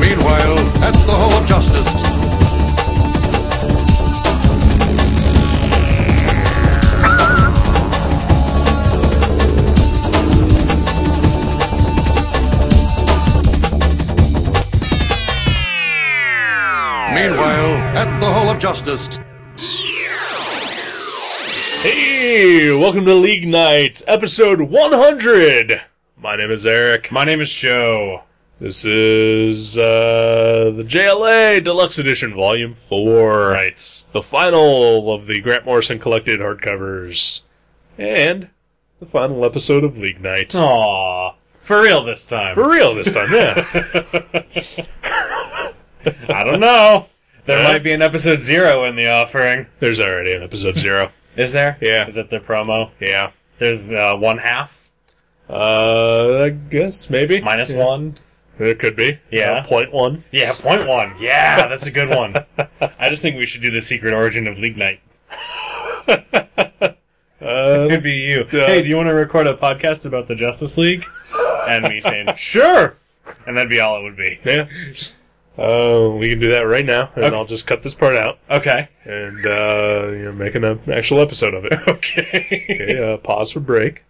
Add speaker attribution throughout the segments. Speaker 1: Meanwhile, at the Hall of Justice. Meanwhile, at the Hall of Justice.
Speaker 2: Hey, welcome to League Night, episode 100. My name is Eric.
Speaker 3: My name is Joe.
Speaker 2: This is uh, the JLA Deluxe Edition, Volume 4.
Speaker 3: Right.
Speaker 2: The final of the Grant Morrison collected hardcovers. And the final episode of League Night.
Speaker 3: Aw. For real this time.
Speaker 2: For real this time, yeah.
Speaker 3: I don't know. There
Speaker 2: Huh?
Speaker 3: might be an episode zero in the offering.
Speaker 2: There's already an episode zero.
Speaker 3: Is there?
Speaker 2: Yeah.
Speaker 3: Is it the promo?
Speaker 2: Yeah.
Speaker 3: There's uh, one half,
Speaker 2: Uh, I guess maybe.
Speaker 3: minus
Speaker 2: Yeah.
Speaker 3: one.
Speaker 2: It could be.
Speaker 3: Yeah.
Speaker 2: Uh, point one.
Speaker 3: Yeah, point one. Yeah, that's a good one. I just think we should do the secret origin of League Night.
Speaker 2: Uh,
Speaker 3: Could be you.
Speaker 2: Yeah.
Speaker 3: Hey, do you want to record a podcast about the Justice League? And me saying sure, and that'd be all it would be.
Speaker 2: yeah. Uh, we can do that right now, and
Speaker 3: Okay.
Speaker 2: I'll just cut this part out.
Speaker 3: Okay.
Speaker 2: and uh, you know, making an actual episode of it.
Speaker 3: Okay.
Speaker 2: Okay, uh, pause for break.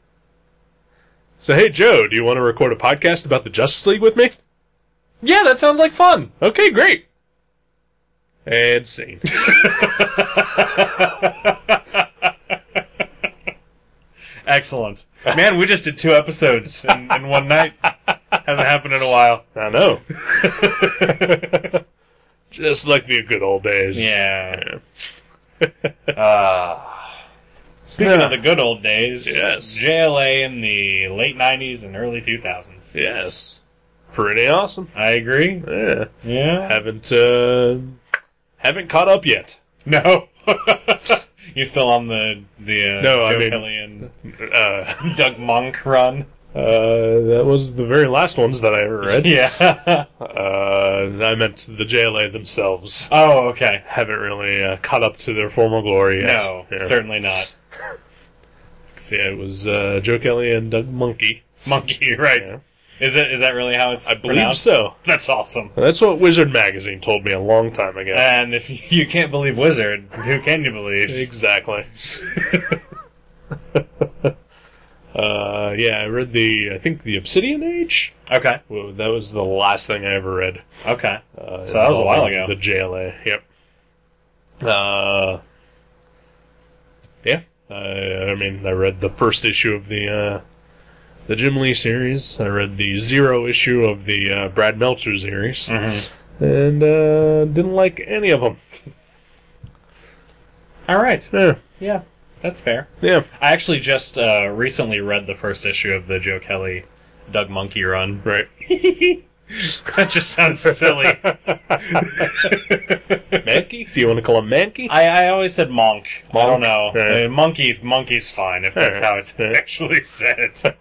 Speaker 2: So, hey, Joe, do you want to record a podcast about the Justice League with me?
Speaker 3: Yeah, that sounds like fun.
Speaker 2: Okay, great. And scene.
Speaker 3: Excellent. Man, we just did two episodes in, in one night. Hasn't happened in a while.
Speaker 2: I know. Just like the good old days.
Speaker 3: Yeah. uh, speaking of the good old days,
Speaker 2: Yes.
Speaker 3: JLA in the late 90s and early 2000s.
Speaker 2: Yes. Pretty awesome.
Speaker 3: I agree.
Speaker 2: Yeah.
Speaker 3: Yeah.
Speaker 2: Haven't uh, haven't caught up yet.
Speaker 3: No. you still on the the uh,
Speaker 2: No, I
Speaker 3: Joe
Speaker 2: mean-
Speaker 3: Kelly and
Speaker 2: Uh,
Speaker 3: Doug Monk run?
Speaker 2: uh, that was the very last ones that I ever read.
Speaker 3: Yeah.
Speaker 2: Uh, I meant the JLA themselves.
Speaker 3: oh, okay.
Speaker 2: Haven't really uh, caught up to their former glory yet.
Speaker 3: No,
Speaker 2: yeah.
Speaker 3: certainly not.
Speaker 2: So, yeah, it was uh, Joe Kelly and Doug Monkey.
Speaker 3: Monkey, right?
Speaker 2: Yeah.
Speaker 3: Is it? Is that really how it's?
Speaker 2: I believe
Speaker 3: pronounced?
Speaker 2: so.
Speaker 3: That's awesome.
Speaker 2: That's what Wizard Magazine told me a long time ago.
Speaker 3: And if you can't believe Wizard, who can you believe?
Speaker 2: exactly. uh, yeah, I read the, I think, The Obsidian Age?
Speaker 3: Okay.
Speaker 2: Well, that was the last thing I ever read.
Speaker 3: Okay.
Speaker 2: Uh,
Speaker 3: So that was a while ago.
Speaker 2: The JLA, yep. Uh, yeah, I, I mean, I read the first issue of the uh, the Jim Lee series. I read the zero issue of the uh, Brad Meltzer series,
Speaker 3: Mm-hmm.
Speaker 2: and uh, didn't like any of them.
Speaker 3: All right.
Speaker 2: Yeah,
Speaker 3: Yeah, that's fair.
Speaker 2: yeah,
Speaker 3: I actually just uh, recently read the first issue of the Joe Kelly Doug Monkey run.
Speaker 2: right.
Speaker 3: that just sounds silly.
Speaker 2: Mankey? Do you want to call him Mankey?
Speaker 3: I, I always said monk. I
Speaker 2: Monk?
Speaker 3: don't know.
Speaker 2: Yeah.
Speaker 3: I mean, monkey monkey's fine if that's
Speaker 2: Yeah.
Speaker 3: how it's
Speaker 2: Yeah.
Speaker 3: actually said.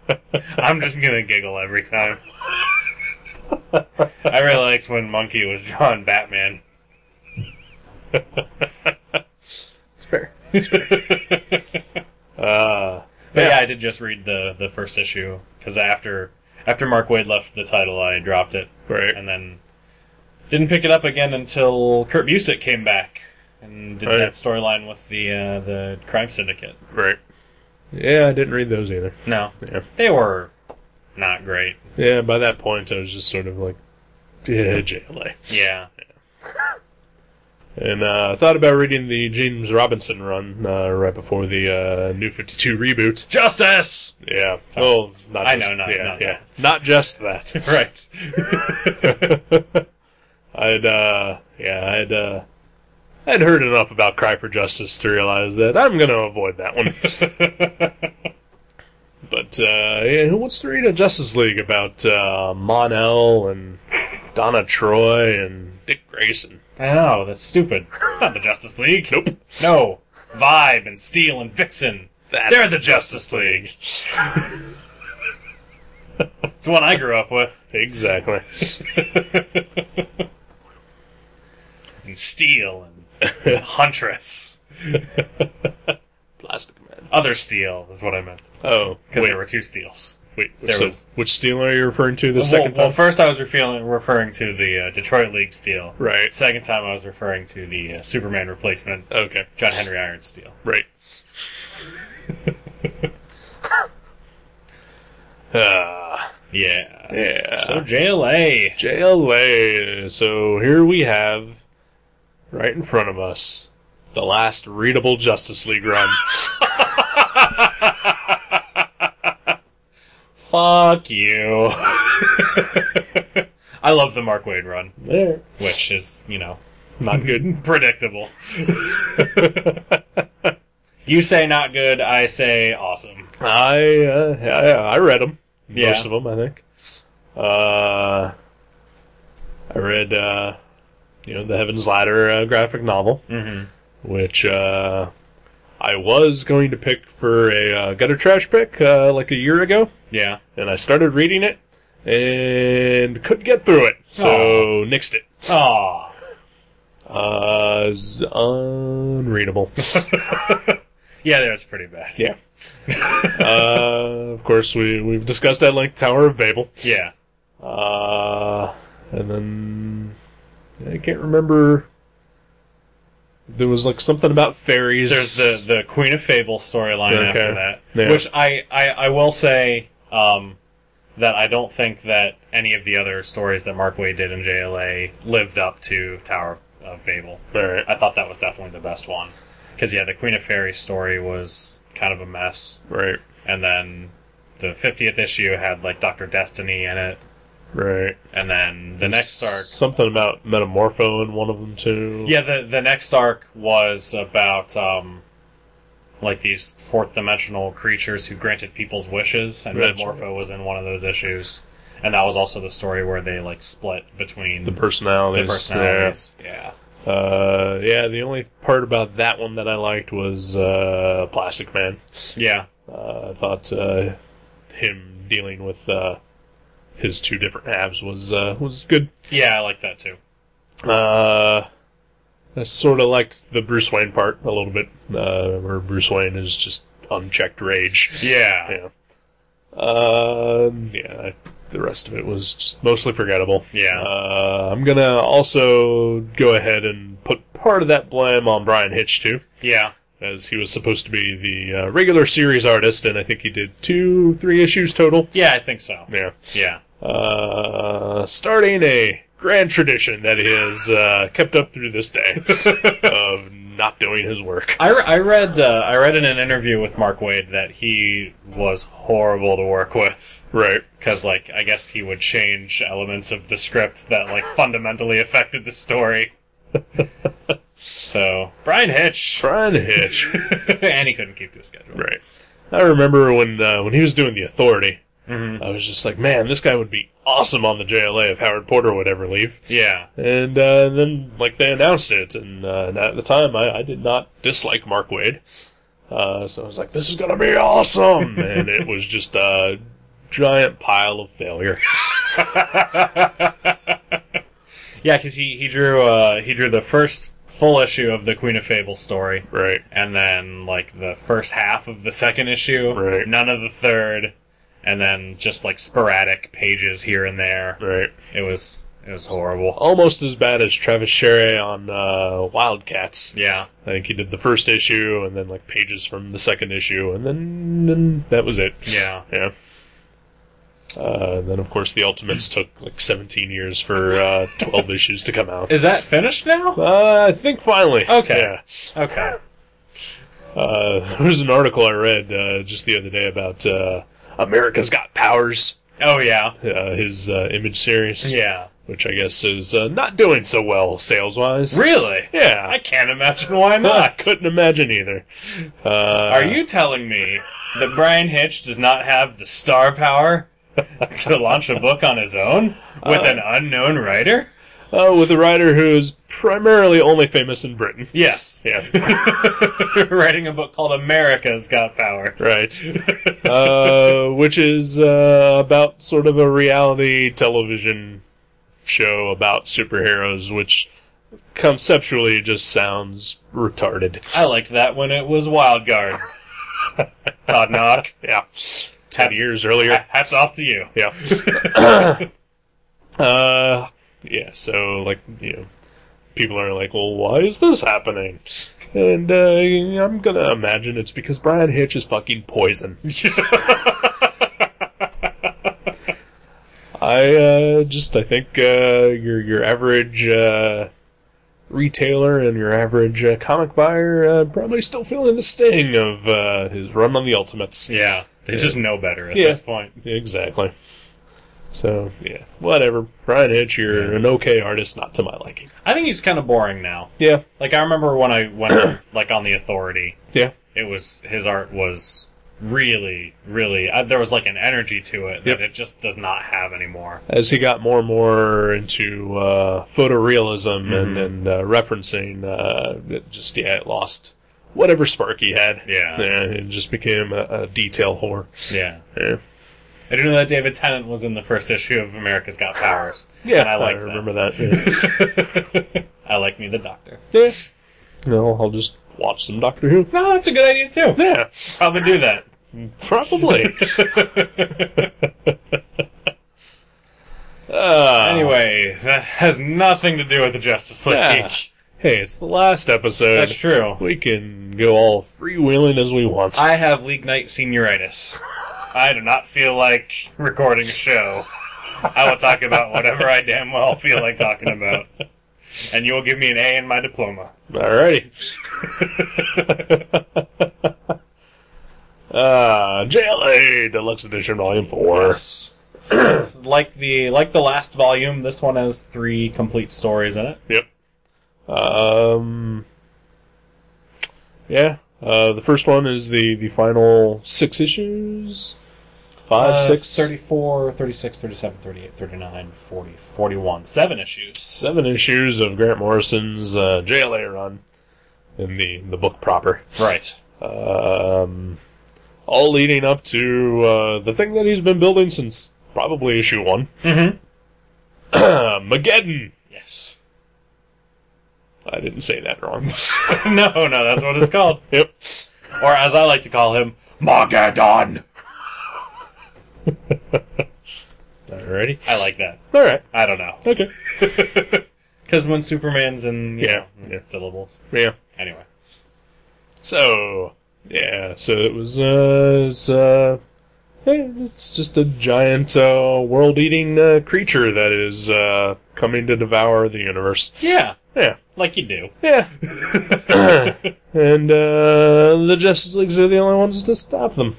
Speaker 3: I'm just gonna giggle every time. I really liked when Monkey was drawing Batman.
Speaker 2: It's fair. uh,
Speaker 3: But yeah.
Speaker 2: Yeah.
Speaker 3: I did just read the the first issue because after after Mark Wade left the title, I dropped it
Speaker 2: right.
Speaker 3: and then didn't pick it up again until Kurt Busick came back and did
Speaker 2: Right.
Speaker 3: that storyline with the uh, the crime syndicate.
Speaker 2: Right. Yeah, I didn't read those either.
Speaker 3: No,
Speaker 2: Yeah.
Speaker 3: they were not great.
Speaker 2: Yeah, by that point, I was just sort of like, yeah, JLA.
Speaker 3: Yeah,
Speaker 2: And uh, I thought about reading the James Robinson run uh, right before the uh, New 52 reboot.
Speaker 3: justice.
Speaker 2: Yeah. Well, not
Speaker 3: I
Speaker 2: just,
Speaker 3: know, not-
Speaker 2: yeah,
Speaker 3: not
Speaker 2: yeah. Not just that.
Speaker 3: Right.
Speaker 2: I'd, uh, yeah, I'd, uh, I'd heard enough about Cry for Justice to realize that I'm going to avoid that one. but, uh, yeah, who wants to read a Justice League about, uh, Monel and Donna Troy and Dick Grayson?
Speaker 3: I know that's stupid. It's not the Justice League.
Speaker 2: Nope.
Speaker 3: No, Vibe and Steel and Vixen.
Speaker 2: That's
Speaker 3: They're the Justice League. it's the one I grew up with.
Speaker 2: Exactly.
Speaker 3: And Steel and Huntress.
Speaker 2: Plastic Man.
Speaker 3: Other Steel is what I meant.
Speaker 2: Oh,
Speaker 3: Because
Speaker 2: wait,
Speaker 3: there were two Steels.
Speaker 2: wait.
Speaker 3: there
Speaker 2: so
Speaker 3: was-
Speaker 2: which steel are you referring to the
Speaker 3: Well-
Speaker 2: second
Speaker 3: well,
Speaker 2: time?
Speaker 3: first I was referring, referring to the uh, Detroit League Steel.
Speaker 2: Right.
Speaker 3: Second time I was referring to the uh, Superman replacement,
Speaker 2: Okay.
Speaker 3: John Henry Irons Steel.
Speaker 2: Right. Ah,
Speaker 3: Yeah.
Speaker 2: yeah.
Speaker 3: So JLA.
Speaker 2: JLA. So here we have, right in front of us, the last readable Justice League run.
Speaker 3: Fuck you. I love the Mark Wade run,
Speaker 2: there.
Speaker 3: which is, you know,
Speaker 2: Not good.
Speaker 3: predictable. you say not good, I say awesome.
Speaker 2: I, uh, I I read them.
Speaker 3: Yeah.
Speaker 2: Most of them, I think. Uh, I read, uh, you know, the Heaven's Ladder uh, graphic novel,
Speaker 3: Mm-hmm.
Speaker 2: which uh, I was going to pick for a uh, gutter trash pick uh, like a year ago,
Speaker 3: Yeah.
Speaker 2: and I started reading it and couldn't get through it, so
Speaker 3: Aw.
Speaker 2: nixed it.
Speaker 3: Aw.
Speaker 2: Uh, it was unreadable.
Speaker 3: Yeah, that's pretty bad.
Speaker 2: yeah. uh, of course, we we've discussed at length Tower of Babel.
Speaker 3: Yeah.
Speaker 2: Uh, and then I can't remember. There was like something about fairies.
Speaker 3: There's the, the Queen of Fable storyline
Speaker 2: Okay.
Speaker 3: after that,
Speaker 2: Yeah.
Speaker 3: which I, I, I will say um, that I don't think that any of the other stories that Mark Wade did in JLA lived up to Tower of Babel.
Speaker 2: all right.
Speaker 3: I thought that was definitely the best one. Because, yeah, the Queen of Fairies story was kind of a mess.
Speaker 2: Right,
Speaker 3: And then the 50th issue had, like, Dr. Destiny in it.
Speaker 2: right.
Speaker 3: And then the next arc.
Speaker 2: something about Metamorpho in one of them too.
Speaker 3: Yeah, the, the next arc was about, um, like, these fourth dimensional creatures who granted people's wishes. And
Speaker 2: That's
Speaker 3: Metamorpho was in one of those issues. And that was also the story where they, like, split between
Speaker 2: the personalities.
Speaker 3: the personalities. Yeah.
Speaker 2: Yeah. Uh, yeah. The only part about that one that I liked was uh, Plastic Man.
Speaker 3: Yeah.
Speaker 2: Uh, I thought uh, him dealing with uh, his two different halves was uh, was good.
Speaker 3: Yeah, I like that too.
Speaker 2: Uh, I sort of liked the Bruce Wayne part a little bit, uh, where Bruce Wayne is just unchecked rage.
Speaker 3: Yeah.
Speaker 2: Yeah. Uh, yeah. The rest of it was just mostly forgettable.
Speaker 3: Yeah.
Speaker 2: Uh, I'm gonna also go ahead and put part of that blame on Brian Hitch too,
Speaker 3: Yeah.
Speaker 2: as he was supposed to be the uh, regular series artist, and I think he did two, three issues total.
Speaker 3: Yeah, I think so.
Speaker 2: Yeah.
Speaker 3: Yeah.
Speaker 2: Uh, starting a grand tradition that he has uh, kept up through this day of not doing his work.
Speaker 3: I, re- I read uh, I read in an interview with Mark Wade that he was horrible to work with
Speaker 2: Right.
Speaker 3: because like I guess he would change elements of the script that like fundamentally affected the story. so Brian Hitch,
Speaker 2: Brian Hitch.
Speaker 3: and he couldn't keep the schedule.
Speaker 2: right. I remember when uh, when he was doing the Authority.
Speaker 3: Mhm.
Speaker 2: I was just like, man, this guy would be awesome on the JLA if Howard Porter would ever leave.
Speaker 3: Yeah,
Speaker 2: And, uh, and then, like, they announced it, and, uh, and at the time, I, I did not dislike Mark Wade. Uh, so I was like, this is gonna be awesome! and it was just a giant pile of failure.
Speaker 3: yeah, because he he drew uh, he drew the first full issue of the Queen of Fable story,
Speaker 2: Right.
Speaker 3: and then like the first half of the second issue,
Speaker 2: Right.
Speaker 3: none of the third, and then just like sporadic pages here and there.
Speaker 2: Right.
Speaker 3: It was it was horrible.
Speaker 2: Almost as bad as Travis Sherry on uh, Wildcats.
Speaker 3: Yeah,
Speaker 2: I think he did the first issue and then like pages from the second issue and then, then that was it.
Speaker 3: yeah,
Speaker 2: Yeah. Uh, then of course the Ultimates took like 17 years for uh, 12 issues to come out.
Speaker 3: is that finished now?
Speaker 2: uh, I think finally.
Speaker 3: Okay.
Speaker 2: Yeah.
Speaker 3: Okay.
Speaker 2: Uh, there was an article I read uh, just the other day about uh, America's Got Powers,
Speaker 3: Oh yeah,
Speaker 2: uh, his uh, image series,
Speaker 3: yeah.
Speaker 2: which I guess is uh, not doing so well sales wise.
Speaker 3: Really?
Speaker 2: Yeah,
Speaker 3: I can't imagine why
Speaker 2: I
Speaker 3: not.
Speaker 2: couldn't imagine either. Uh,
Speaker 3: Are you telling me that Brian Hitch does not have the star power to launch a book on his own with an unknown writer?
Speaker 2: uh, with a writer who's primarily only famous in Britain.
Speaker 3: Yes.
Speaker 2: Yeah,
Speaker 3: Writing a book called America's Got Powers.
Speaker 2: right. Uh, which is uh, about sort of a reality television show about superheroes, which conceptually just sounds retarded.
Speaker 3: I liked that when it was Wild Guard. Todd Knock.
Speaker 2: Yeah, ten
Speaker 3: That's-
Speaker 2: years earlier.
Speaker 3: Hats off to you.
Speaker 2: Yeah. uh, yeah. So like you know, people are like, "Well, why is this happening?" And uh, I'm gonna imagine it's because Brian Hitch is fucking poison. I uh, just I think uh, your your average uh, retailer and your average uh, comic buyer uh, probably still feeling the sting of uh, his run on the Ultimates.
Speaker 3: Yeah. They
Speaker 2: Yeah.
Speaker 3: just know better at
Speaker 2: Yeah.
Speaker 3: this point.
Speaker 2: Exactly. So yeah, whatever. Brian Hitch, you're an okay artist, not to my liking.
Speaker 3: I think he's kind of boring now.
Speaker 2: Yeah,
Speaker 3: Like I remember when I went like on the Authority,
Speaker 2: yeah,
Speaker 3: it was his art was really, really I, there was like an energy to
Speaker 2: Yep.
Speaker 3: it that it just does not have anymore.
Speaker 2: as he got more and more into uh, photorealism and
Speaker 3: Mhm.
Speaker 2: and uh, referencing, uh, it just yeah, it lost whatever spark he had.
Speaker 3: Yeah.
Speaker 2: yeah it just became a, a detail whore.
Speaker 3: Yeah.
Speaker 2: Yeah,
Speaker 3: I didn't know that David Tennant was in the first issue of America's Got Powers.
Speaker 2: yeah,
Speaker 3: And I like that.
Speaker 2: remember that. yeah.
Speaker 3: I like me the Doctor.
Speaker 2: yeah. No, I'll just watch some Doctor Who.
Speaker 3: No, that's a good idea too.
Speaker 2: Yeah,
Speaker 3: Probably do that.
Speaker 2: probably. Ah.
Speaker 3: Anyway, that has nothing to do with the Justice League.
Speaker 2: Yeah. Hey, it's the last episode.
Speaker 3: That's true.
Speaker 2: We can go all freewheeling as we want.
Speaker 3: I have league night senioritis. I do not feel like recording a show. I will talk about whatever I damn well feel like talking about. And you will give me an A in my diploma.
Speaker 2: Alrighty. uh, JLA Deluxe Edition Volume 4.
Speaker 3: It's like the like the last volume, this one has three complete stories in it.
Speaker 2: Yep. Um, yeah. Uh, the first one is the, the final six issues. Five,
Speaker 3: Uh,
Speaker 2: six,
Speaker 3: 34, 36, 37, 38, 39, 40, 41. Seven issues.
Speaker 2: seven issues of Grant Morrison's uh, JLA run in the, the book proper.
Speaker 3: Right.
Speaker 2: um, all leading up to uh, the thing that he's been building since probably issue one.
Speaker 3: Mhm.
Speaker 2: Mageddon.
Speaker 3: Yes.
Speaker 2: I didn't say that wrong.
Speaker 3: no, no, that's what it's called.
Speaker 2: yep.
Speaker 3: Or as I like to call him, Magadon.
Speaker 2: Alrighty.
Speaker 3: I like that.
Speaker 2: All right.
Speaker 3: I don't know.
Speaker 2: Okay.
Speaker 3: Because when Superman's in, you
Speaker 2: Yeah,
Speaker 3: know,
Speaker 2: yeah.
Speaker 3: it's syllables.
Speaker 2: Yeah.
Speaker 3: Anyway.
Speaker 2: So yeah. So it was. Uh, it's, uh, eh, it's just a giant uh, world-eating uh, creature that is uh, coming to devour the universe.
Speaker 3: Yeah,
Speaker 2: Yeah.
Speaker 3: like you do.
Speaker 2: Yeah. and uh, the Justice Leagues are the only ones to stop them.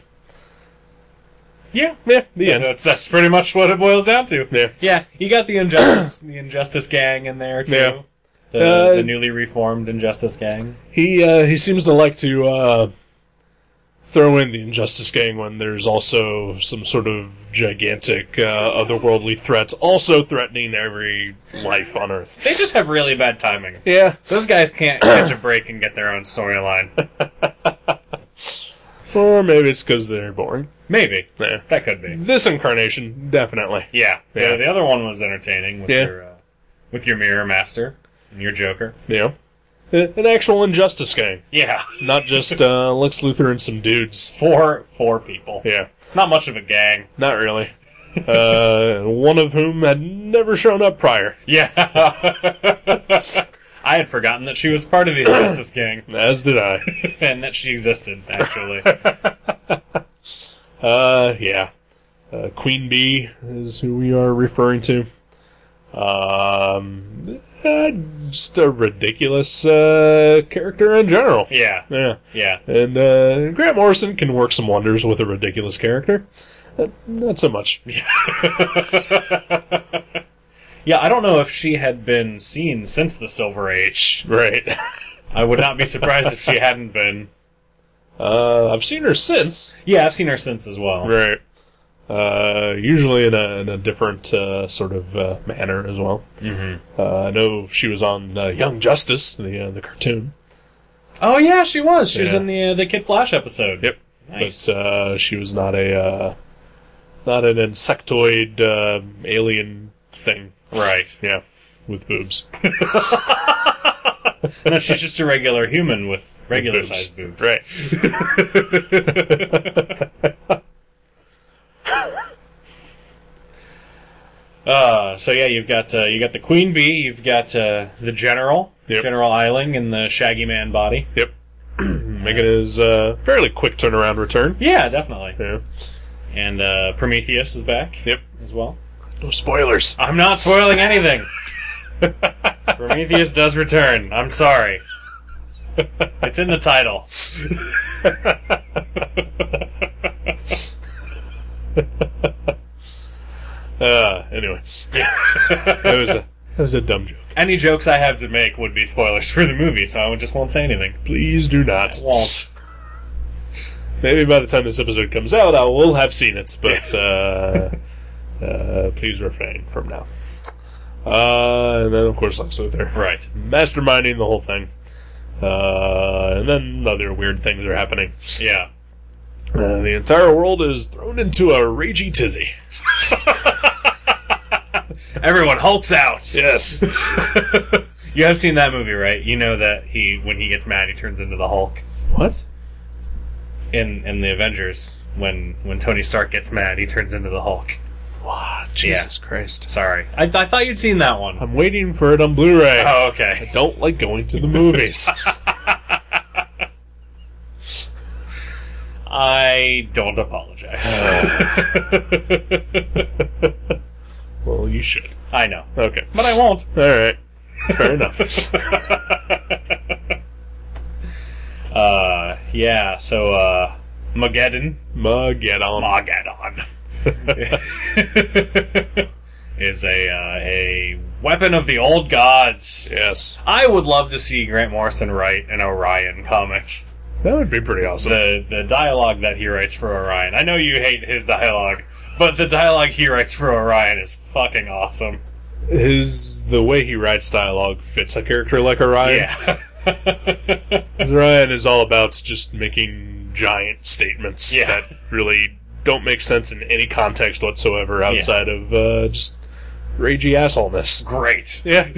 Speaker 3: Yeah.
Speaker 2: Yeah, the end.
Speaker 3: That's, that's pretty much what it boils down to.
Speaker 2: Yeah.
Speaker 3: Yeah, you got the Injustice the Injustice Gang in there, too.
Speaker 2: Yeah.
Speaker 3: The,
Speaker 2: Uh,
Speaker 3: the newly reformed Injustice Gang.
Speaker 2: He uh, he seems to like to uh, throw in the Injustice Gang when there's also some sort of gigantic uh, otherworldly threat also threatening every life on Earth.
Speaker 3: They just have really bad timing.
Speaker 2: Yeah.
Speaker 3: Those guys can't catch a break and get their own storyline.
Speaker 2: Or maybe it's because they're boring.
Speaker 3: Maybe.
Speaker 2: Yeah.
Speaker 3: That could be.
Speaker 2: This incarnation, definitely.
Speaker 3: Yeah.
Speaker 2: Yeah.
Speaker 3: The, the other one was entertaining with
Speaker 2: Yeah.
Speaker 3: your uh, with your Mirror Master and your Joker.
Speaker 2: Yeah. An actual Injustice Gang,
Speaker 3: Yeah.
Speaker 2: not just uh, Lex Luthor and some dudes.
Speaker 3: Four four people.
Speaker 2: Yeah.
Speaker 3: Not much of a gang.
Speaker 2: Not really. uh, one of whom had never shown up prior.
Speaker 3: Yeah. I had forgotten that she was part of the Injustice Gang
Speaker 2: As did I.
Speaker 3: and that she existed, actually.
Speaker 2: Uh, yeah. Uh, Queen Bee is who we are referring to. Um, uh, just a ridiculous uh, character in general.
Speaker 3: yeah.
Speaker 2: Yeah.
Speaker 3: Yeah.
Speaker 2: And uh, Grant Morrison can work some wonders with a ridiculous character. Uh, not so much.
Speaker 3: Yeah, I don't know if she had been seen since the Silver Age.
Speaker 2: Right.
Speaker 3: I would not be surprised if she hadn't been.
Speaker 2: Uh, I've seen her since.
Speaker 3: Yeah, I've seen her since as well.
Speaker 2: Right. uh, usually in a, in a different uh, sort of uh, manner as well. Mm-hmm. Uh, I know she was on uh, Young Justice, the uh, the cartoon.
Speaker 3: Oh yeah, she was. She was
Speaker 2: Yeah.
Speaker 3: in the uh, the Kid Flash episode.
Speaker 2: Yep.
Speaker 3: Nice.
Speaker 2: But uh, she was not a uh, not an insectoid uh, alien thing.
Speaker 3: Right.
Speaker 2: Yeah, with boobs.
Speaker 3: No, she's just a regular human with regular
Speaker 2: Boobs.
Speaker 3: sized boobs.
Speaker 2: Right.
Speaker 3: Uh, so yeah, you've got uh, you got the queen bee, you've got uh, the general,
Speaker 2: Yep.
Speaker 3: General Eiling, and the Shaggy Man body.
Speaker 2: Yep. Making his uh, fairly quick turnaround return.
Speaker 3: Yeah, definitely.
Speaker 2: Yeah.
Speaker 3: And uh, Prometheus is back
Speaker 2: Yep.
Speaker 3: as well.
Speaker 2: No spoilers.
Speaker 3: I'm not spoiling anything. Prometheus does return. I'm sorry. It's in the title.
Speaker 2: Uh, anyway, that was a that was a dumb joke.
Speaker 3: Any jokes I have to make would be spoilers for the movie, so I just won't say anything.
Speaker 2: Please do not.
Speaker 3: Won't.
Speaker 2: Maybe by the time this episode comes out, I will have seen it, but uh, uh, please refrain from now. Uh, and then, of course, Lex Luthor.
Speaker 3: Right.
Speaker 2: Masterminding the whole thing. Uh, and then other weird things are happening.
Speaker 3: Yeah.
Speaker 2: Uh, the entire world is thrown into a ragey tizzy.
Speaker 3: Everyone hulks out.
Speaker 2: Yes.
Speaker 3: You have seen that movie, right? You know that he, when he gets mad, he turns into the Hulk.
Speaker 2: what?
Speaker 3: In in the Avengers, when when Tony Stark gets mad, he turns into the Hulk.
Speaker 2: Wow, Jesus Christ.
Speaker 3: Sorry, I, I thought you'd seen that one.
Speaker 2: I'm waiting for it on Blu ray.
Speaker 3: Oh, okay.
Speaker 2: Don't like going to the movies.
Speaker 3: I don't apologize.
Speaker 2: Oh. well, you should.
Speaker 3: I know,
Speaker 2: Okay.
Speaker 3: but I won't.
Speaker 2: Alright. Fair enough.
Speaker 3: Uh, yeah. So, uh, Mageddon,
Speaker 2: Mug, get on.
Speaker 3: Mageddon, is a uh, a weapon of the old gods.
Speaker 2: Yes.
Speaker 3: I would love to see Grant Morrison write an Orion comic.
Speaker 2: That would be pretty awesome.
Speaker 3: The the dialogue that he writes for Orion. I know you hate his dialogue, but the dialogue he writes for Orion is fucking awesome.
Speaker 2: His the way he writes dialogue fits a character like Orion.
Speaker 3: Yeah.
Speaker 2: 'Cause Orion is all about just making giant statements
Speaker 3: Yeah.
Speaker 2: that really don't make sense in any context whatsoever outside of uh, just ragey assholeness.
Speaker 3: Great.
Speaker 2: Yeah.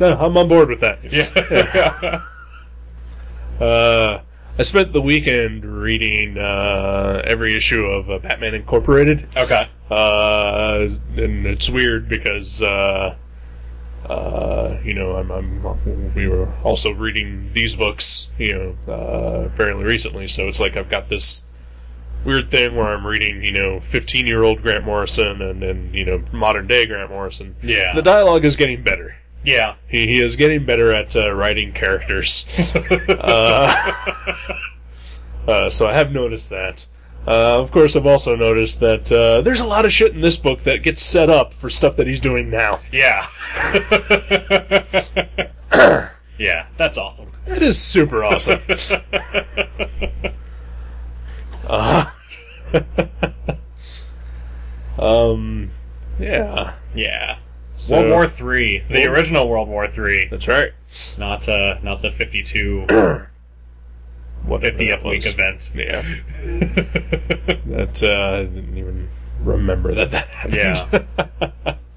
Speaker 2: no, I'm on board with that.
Speaker 3: Yeah.
Speaker 2: Uh, I spent the weekend reading uh, every issue of uh, Batman Incorporated.
Speaker 3: okay.
Speaker 2: Uh, and it's weird because uh, uh, you know I'm, I'm we were also reading these books you know uh, fairly recently, so it's like I've got this weird thing where I'm reading you know 15 year old Grant Morrison and and you know modern day Grant Morrison.
Speaker 3: Yeah.
Speaker 2: the dialogue is getting better.
Speaker 3: Yeah.
Speaker 2: He, he is getting better at uh, writing characters. uh, uh, so I have noticed that. Uh, of course, I've also noticed that uh, there's a lot of shit in this book that gets set up for stuff that he's doing now.
Speaker 3: Yeah. yeah. That's awesome.
Speaker 2: That is super awesome. uh, um, yeah.
Speaker 3: Yeah.
Speaker 2: So-
Speaker 3: World War Three, the original World War Three,
Speaker 2: That's right.
Speaker 3: not uh, not the fifty-two or
Speaker 2: Whatever
Speaker 3: fifty
Speaker 2: that
Speaker 3: up week
Speaker 2: was.
Speaker 3: event.
Speaker 2: Yeah. that uh, I didn't even remember that that happened.
Speaker 3: Yeah.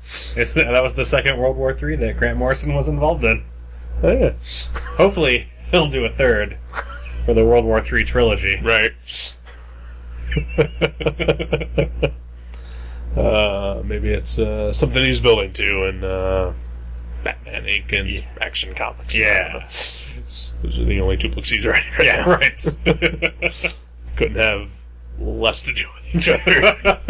Speaker 3: It's the, that was the second World War Three that Grant Morrison was involved in.
Speaker 2: Oh, yeah.
Speaker 3: Hopefully, he'll do a third for the World War Three trilogy.
Speaker 2: Right. uh, maybe it's uh, something he's building to in uh, Batman Inc. and
Speaker 3: Yeah.
Speaker 2: Action Comics.
Speaker 3: Yeah.
Speaker 2: Those are the only two books he's writing right
Speaker 3: Yeah,
Speaker 2: now.
Speaker 3: right.
Speaker 2: Couldn't have less to do with each other.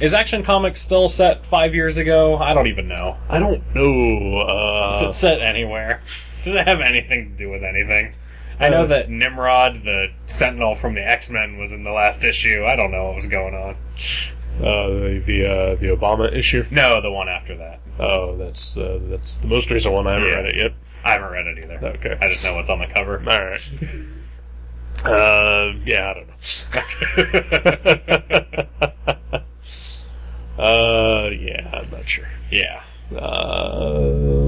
Speaker 3: Is Action Comics still set five years ago? I don't even know.
Speaker 2: I don't know.
Speaker 3: Is
Speaker 2: Uh,
Speaker 3: it set anywhere? Does it have anything to do with anything? I know
Speaker 2: Uh,
Speaker 3: that Nimrod, the Sentinel from the X Men, was in the last issue. I don't know what was going on.
Speaker 2: uh, the the, uh, the Obama issue.
Speaker 3: No, the one after that.
Speaker 2: Oh, that's uh, that's the most recent one. I haven't
Speaker 3: Yeah.
Speaker 2: read it yet.
Speaker 3: I haven't read it either.
Speaker 2: Okay.
Speaker 3: I just know what's on the cover.
Speaker 2: Um, All right. Uh, yeah, I don't know. Uh,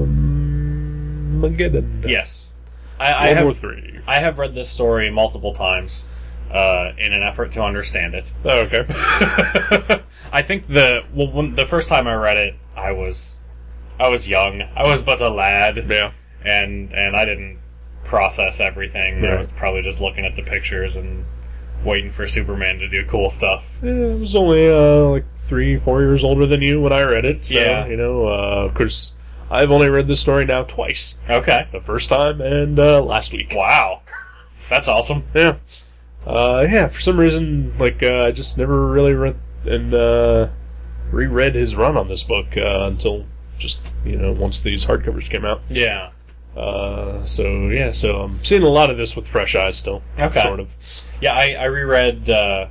Speaker 2: Um,
Speaker 3: Yes. I, I
Speaker 2: World
Speaker 3: have
Speaker 2: War Three.
Speaker 3: I have read this story multiple times uh, in an effort to understand it.
Speaker 2: Oh, okay.
Speaker 3: I think the well, when, the first time I read it, I was I was young. I was but a lad,
Speaker 2: yeah.
Speaker 3: and and I didn't process everything. I
Speaker 2: Right.
Speaker 3: was probably just looking at the pictures and waiting for Superman to do cool stuff.
Speaker 2: Yeah, I was only uh, like three, four years older than you when I read it. So,
Speaker 3: Yeah.
Speaker 2: you know, uh, of course, I've only read this story now twice.
Speaker 3: Okay.
Speaker 2: The first time and uh, last week.
Speaker 3: Wow. That's awesome.
Speaker 2: Yeah. Uh, yeah, for some reason, like, uh, I just never really read and uh, reread his run on this book uh, until just, you know, once these hardcovers came out.
Speaker 3: Yeah.
Speaker 2: Uh, so, yeah, so I'm seeing a lot of this with fresh eyes still.
Speaker 3: Okay.
Speaker 2: Sort of.
Speaker 3: Yeah, I, I reread uh,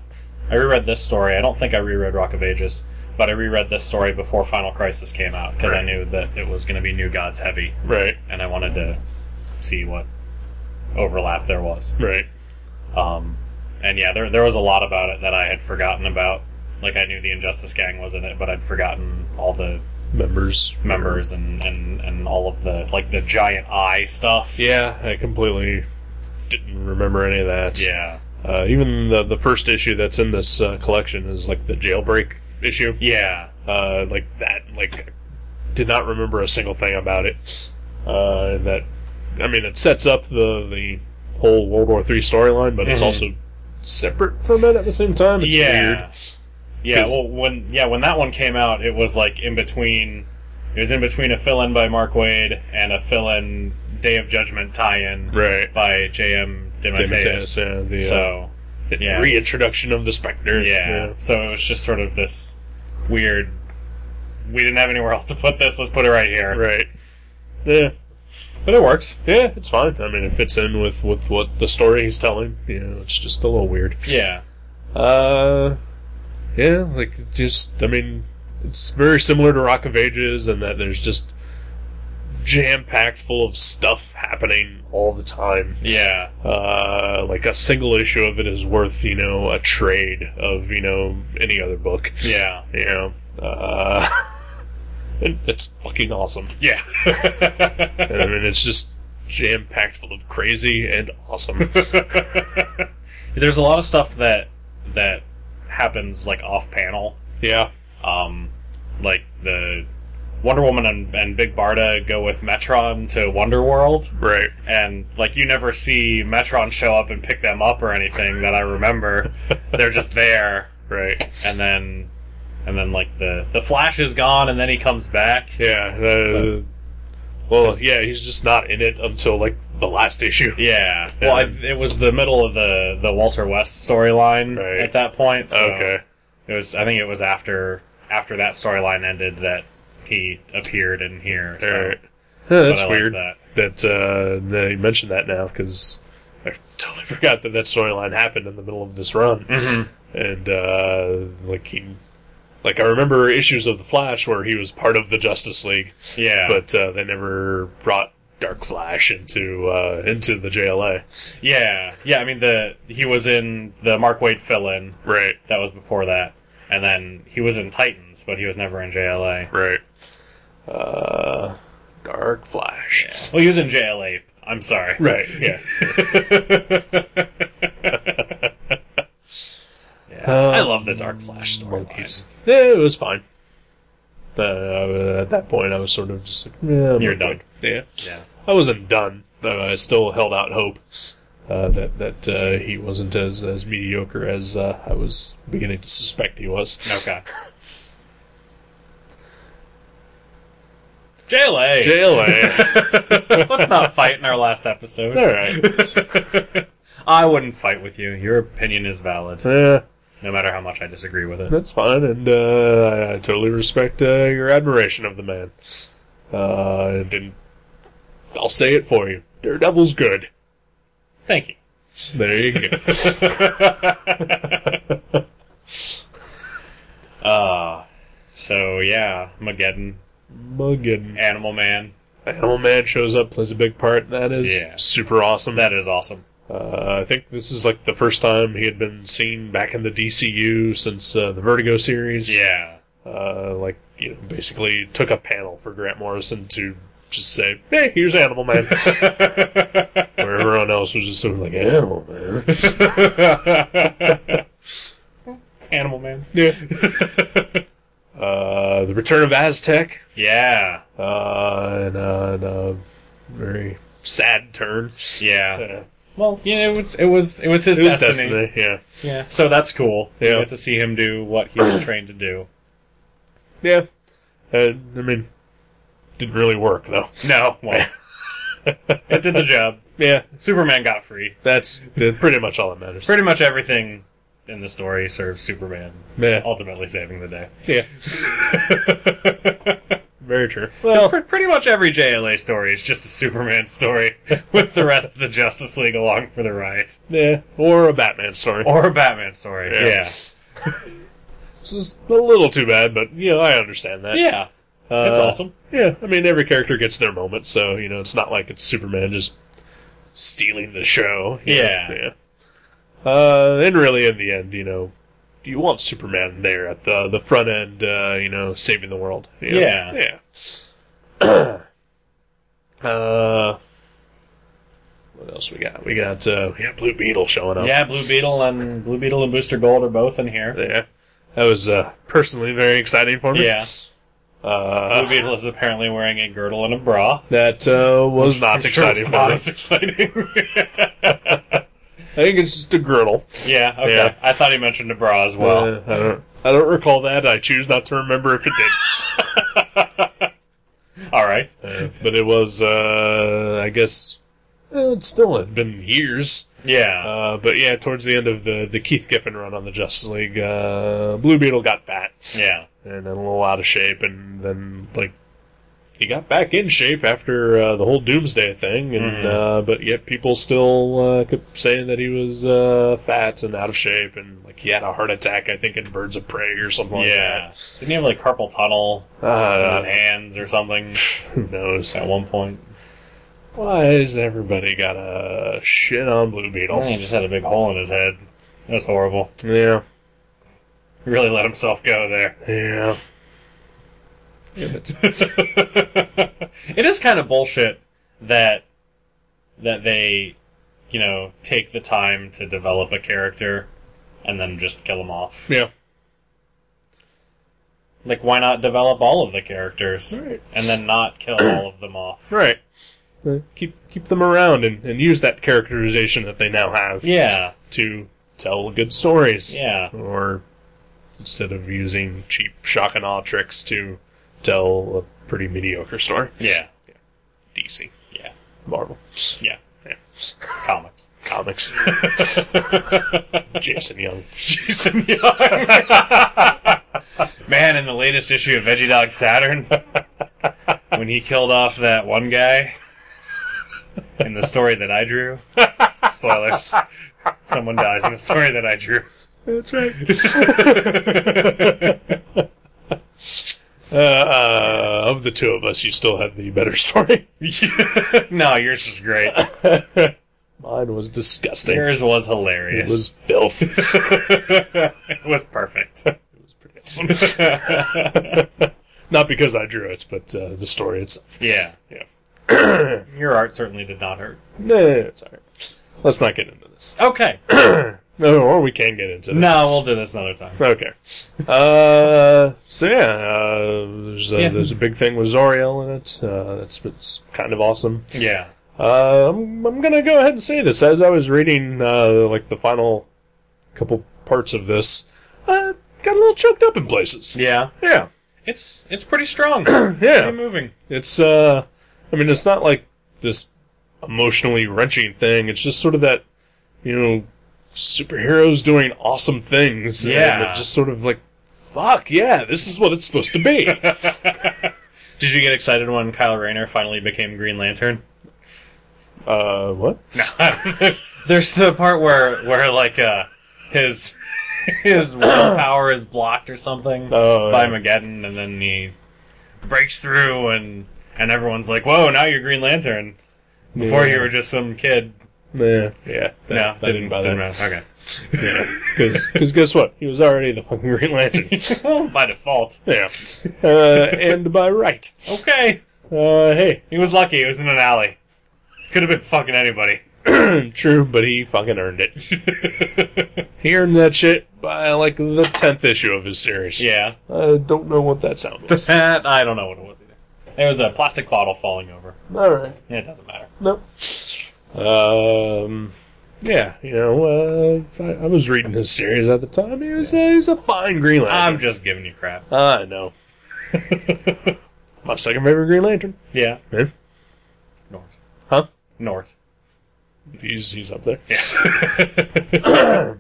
Speaker 3: I reread this story. I don't think I reread Rock of Ages, but I reread this story before Final Crisis came out because I
Speaker 2: Right.
Speaker 3: knew that it was going to be New Gods heavy,
Speaker 2: Right,
Speaker 3: and I wanted to see what overlap there was.
Speaker 2: right.
Speaker 3: Um, and yeah, there there was a lot about it that I had forgotten about. Like I knew the Injustice Gang was in it, but I'd forgotten all the
Speaker 2: Members.
Speaker 3: members and, and, and all of the like the giant eye stuff.
Speaker 2: Yeah, I completely didn't remember any of that.
Speaker 3: Yeah.
Speaker 2: Uh, even the the first issue that's in this uh, collection is like the jailbreak issue.
Speaker 3: Yeah.
Speaker 2: Uh, like that, like did not remember a single thing about it. Uh, that I mean, it sets up the the whole World War Three storyline, but it's
Speaker 3: Mhm.
Speaker 2: also separate from it at the same time. It's
Speaker 3: Yeah.
Speaker 2: weird.
Speaker 3: Yeah,
Speaker 2: 'Cause-
Speaker 3: well, when yeah when that one came out, it was like in between. It was in between a fill-in by Mark Wade and a fill-in Day of Judgment tie-in
Speaker 2: Right.
Speaker 3: by J.M.
Speaker 2: Demetrius,
Speaker 3: DeMatteis.
Speaker 2: uh, the uh,
Speaker 3: So yeah.
Speaker 2: reintroduction of the Spectre.
Speaker 3: yeah. so it was just sort of this weird. We didn't have anywhere else to put this. Let's put it right here.
Speaker 2: Right. Yeah.
Speaker 3: But it works.
Speaker 2: Yeah, it's fine. I mean, it fits in with, with what the story he's telling. You know, it's just a little weird.
Speaker 3: Yeah.
Speaker 2: Uh, yeah, like, just, I mean, it's very similar to Rock of Ages in that there's just jam packed full of stuff happening all the time.
Speaker 3: Yeah.
Speaker 2: Uh, like, a single issue of it is worth, you know, a trade of, you know, any other book.
Speaker 3: Yeah.
Speaker 2: You know, uh, and it's fucking awesome.
Speaker 3: Yeah.
Speaker 2: And, I mean, it's just jam packed full of crazy and awesome.
Speaker 3: There's a lot of stuff that that happens like off-panel
Speaker 2: yeah.
Speaker 3: um, like the Wonder Woman and, and Big Barda go with Metron to Wonder World,
Speaker 2: Right.
Speaker 3: and like you never see Metron show up and pick them up or anything that I remember. They're just there,
Speaker 2: Right.
Speaker 3: and then and then like the the Flash is gone, and then he comes back.
Speaker 2: Yeah. uh, well, yeah, he's just not in it until like the last issue.
Speaker 3: Yeah, well, I, it was the middle of the the Walter West storyline
Speaker 2: Right.
Speaker 3: at that point. So
Speaker 2: Okay.
Speaker 3: it was. I think it was after after that storyline ended that he appeared in here. So.
Speaker 2: All right. Yeah,
Speaker 3: I
Speaker 2: that's
Speaker 3: like
Speaker 2: weird
Speaker 3: that.
Speaker 2: that, uh, that you mentioned that now because I totally forgot that that storyline happened in the middle of this run.
Speaker 3: Mm. Mm-hmm.
Speaker 2: And uh, like he, like I remember issues of the Flash where he was part of the Justice League.
Speaker 3: Yeah,
Speaker 2: but uh, they never brought Dark Flash into uh, into the JLA.
Speaker 3: Yeah, yeah. I mean, the he was in the Mark Wade fill-in
Speaker 2: Right,
Speaker 3: that was before that, and then he was in Titans, but he was never in JLA.
Speaker 2: right. Uh, Dark Flash.
Speaker 3: Well, he was in JLA. I'm sorry.
Speaker 2: Right. Yeah.
Speaker 3: Yeah. I love the Dark Flash story.
Speaker 2: Um, Monkeys. Yeah, it was fine. But uh, at that point, I was sort of just like, yeah, I'm
Speaker 3: You're
Speaker 2: not
Speaker 3: done.
Speaker 2: Yeah,
Speaker 3: Yeah,
Speaker 2: I wasn't done, but I still held out hope uh, that that uh, he wasn't as as mediocre as uh, I was beginning to suspect he was.
Speaker 3: okay. JLA.
Speaker 2: JLA.
Speaker 3: Let's not fight in our last episode.
Speaker 2: All right.
Speaker 3: I wouldn't fight with you. Your opinion is valid,
Speaker 2: Yeah.
Speaker 3: no matter how much I disagree with it.
Speaker 2: That's fine, and uh, I, I totally respect uh, your admiration of the man. Uh, and I'll say it for you: Daredevil's good.
Speaker 3: Thank you.
Speaker 2: There you go.
Speaker 3: Uh, so yeah, Mageddon,
Speaker 2: Muggin.
Speaker 3: Animal Man.
Speaker 2: Animal Man shows up, plays a big part. and That is
Speaker 3: Yeah.
Speaker 2: super awesome.
Speaker 3: That is awesome.
Speaker 2: uh, I think this is like the first time he had been seen back in the DCU since uh, the Vertigo series.
Speaker 3: Yeah.
Speaker 2: Uh, like you know, basically took a panel for Grant Morrison to just say, "Hey, here's Animal Man," where everyone else was just sort of like, "Animal Man."
Speaker 3: Animal Man.
Speaker 2: Yeah. uh, the Return of Aztec,
Speaker 3: Yeah.
Speaker 2: uh, and, uh, and uh, very sad turn.
Speaker 3: Yeah.
Speaker 2: Yeah.
Speaker 3: Well, you know, it was it was it was his
Speaker 2: It was
Speaker 3: destiny.
Speaker 2: Destiny. Yeah.
Speaker 3: Yeah. So that's cool.
Speaker 2: Yeah.
Speaker 3: You get to see him do what he was trained to do.
Speaker 2: Yeah. Uh, I mean, didn't really work though.
Speaker 3: No, well, it did the job.
Speaker 2: Yeah,
Speaker 3: Superman got free.
Speaker 2: that's pretty much all that matters.
Speaker 3: Pretty much everything in the story serves Superman,
Speaker 2: Yeah,
Speaker 3: ultimately saving the day.
Speaker 2: yeah, very true.
Speaker 3: 'Cause
Speaker 2: Well,
Speaker 3: pre- pretty much every JLA story is just a Superman story with the rest of the Justice League along for the ride.
Speaker 2: yeah, or a Batman story.
Speaker 3: Or a Batman story.
Speaker 2: Yeah.
Speaker 3: Yeah.
Speaker 2: This is a little too bad, but you know I understand that.
Speaker 3: Yeah.
Speaker 2: uh,
Speaker 3: That's awesome.
Speaker 2: Yeah, I mean every character gets their moment, so you know it's not like it's Superman just stealing the show. you know?
Speaker 3: Yeah.
Speaker 2: yeah. Uh, and really, in the end, you know, you want Superman there at the the front end, uh, you know, saving the world. you know?
Speaker 3: Yeah.
Speaker 2: yeah. uh, what else we got? We got uh, we got Blue Beetle showing up.
Speaker 3: Yeah, Blue Beetle and Blue Beetle and Booster Gold are both in here.
Speaker 2: Yeah. That was uh, personally very exciting for me.
Speaker 3: Yeah.
Speaker 2: Uh,
Speaker 3: Blue Beetle is apparently wearing a girdle and a bra.
Speaker 2: that uh, was not
Speaker 3: I'm sure
Speaker 2: exciting
Speaker 3: it's
Speaker 2: for
Speaker 3: not
Speaker 2: me.
Speaker 3: as exciting.
Speaker 2: I think it's just a girdle.
Speaker 3: yeah, okay.
Speaker 2: Yeah.
Speaker 3: I thought he mentioned a bra as well.
Speaker 2: Uh, I don't. I don't recall that. I choose not to remember if it did.
Speaker 3: All right.
Speaker 2: Uh, but it was, uh, I guess, uh, it still had been years.
Speaker 3: Yeah.
Speaker 2: Uh, but yeah, towards the end of the, the Keith Giffen run on the Justice League, uh, Blue Beetle got fat
Speaker 3: yeah.
Speaker 2: and then a little out of shape, and then like he got back in shape after uh, the whole Doomsday thing, and
Speaker 3: Mhm.
Speaker 2: uh, but yet people still uh, kept saying that he was uh, fat and out of shape, and like he had a heart attack, I think, in Birds of Prey or something. like
Speaker 3: Yeah. Didn't he have like carpal tunnel
Speaker 2: that.
Speaker 3: in his
Speaker 2: Uh,
Speaker 3: hands or something
Speaker 2: who knows?
Speaker 3: at one point?
Speaker 2: Why has everybody got a shit on Blue
Speaker 3: Oh,
Speaker 2: Beetle?
Speaker 3: he just had a big hole in his head. That's horrible.
Speaker 2: Yeah,
Speaker 3: He really let himself go there.
Speaker 2: yeah.
Speaker 3: it is kind of bullshit that that they, you know, take the time to develop a character and then just kill him off.
Speaker 2: Yeah.
Speaker 3: Like, why not develop all of the characters
Speaker 2: Right.
Speaker 3: and then not kill all of them off?
Speaker 2: Right. Uh, Keep keep them around and, and use that characterization that they now have
Speaker 3: Yeah,
Speaker 2: to tell good stories.
Speaker 3: yeah,
Speaker 2: Or instead of using cheap shock and awe tricks to tell a pretty mediocre story.
Speaker 3: yeah,
Speaker 2: DC.
Speaker 3: yeah,
Speaker 2: Marvel.
Speaker 3: yeah.
Speaker 2: Yeah.
Speaker 3: Comics.
Speaker 2: Comics. Jason Young.
Speaker 3: Jason Young. Man, in the latest issue of Veggie Dog Saturn, when he killed off that one guy in the story that I drew. Spoilers. Someone dies in the story that I drew.
Speaker 2: That's right. uh, uh, of the two of us, you still have the better story.
Speaker 3: no, yours is great.
Speaker 2: Mine was disgusting.
Speaker 3: Yours was
Speaker 2: it
Speaker 3: hilarious.
Speaker 2: was filth.
Speaker 3: it was perfect.
Speaker 2: Not because I drew it, but uh, the story itself.
Speaker 3: Yeah.
Speaker 2: Yeah.
Speaker 3: Your art certainly did not hurt.
Speaker 2: No, no, no, it's all right. Let's not get into this.
Speaker 3: Okay.
Speaker 2: No, or we can get into this.
Speaker 3: No, we'll do this another time.
Speaker 2: Okay. Uh, so yeah, uh, there's, a,
Speaker 3: Yeah.
Speaker 2: there's a big thing with Zoriel in it. Uh, that's it's kind of awesome.
Speaker 3: Yeah.
Speaker 2: Uh, I'm, I'm gonna go ahead and say this. As I was reading, uh, like the final couple parts of this, I got a little choked up in places.
Speaker 3: Yeah.
Speaker 2: Yeah.
Speaker 3: It's it's pretty strong. pretty
Speaker 2: Yeah.
Speaker 3: moving.
Speaker 2: It's uh I mean it's not like this emotionally wrenching thing. It's just sort of that you know superheroes doing awesome things. And
Speaker 3: Yeah.
Speaker 2: it just sort of like fuck yeah, this is what it's supposed to be.
Speaker 3: Did you get excited when Kyle Rayner finally became Green Lantern?
Speaker 2: uh what?
Speaker 3: there's, there's the part where where like uh his his willpower is blocked or something
Speaker 2: Oh,
Speaker 3: by
Speaker 2: yeah.
Speaker 3: Mageddon, and then he breaks through and and everyone's like, "Whoa, now you're Green Lantern." Before
Speaker 2: Yeah.
Speaker 3: you were just some kid.
Speaker 2: Yeah, yeah. That,
Speaker 3: no,
Speaker 2: that didn't bother me.
Speaker 3: matter.
Speaker 2: Because guess what? He was already the fucking Green Lantern.
Speaker 3: Okay. by default.
Speaker 2: yeah. Uh, and by right.
Speaker 3: Okay.
Speaker 2: Uh, hey,
Speaker 3: He was lucky. It was in an alley. Could have been fucking anybody.
Speaker 2: true, but he fucking earned it. he earned that shit by like the tenth issue of his series.
Speaker 3: Yeah.
Speaker 2: I don't know what that sound was.
Speaker 3: That I don't know what it was either. It was a plastic bottle falling over.
Speaker 2: All right.
Speaker 3: Yeah, it doesn't matter.
Speaker 2: Nope. Um, yeah, you know, uh, I, I was reading his series at the time. He was, uh, he was a fine Green
Speaker 3: I'm
Speaker 2: Lantern. Ah,
Speaker 3: just giving you crap.
Speaker 2: I know. My second favorite Green Lantern. Hmm?
Speaker 3: Yeah.
Speaker 2: Yeah.
Speaker 3: Nort.
Speaker 2: Huh?
Speaker 3: Nort.
Speaker 2: He's, he's up there.
Speaker 3: Yeah.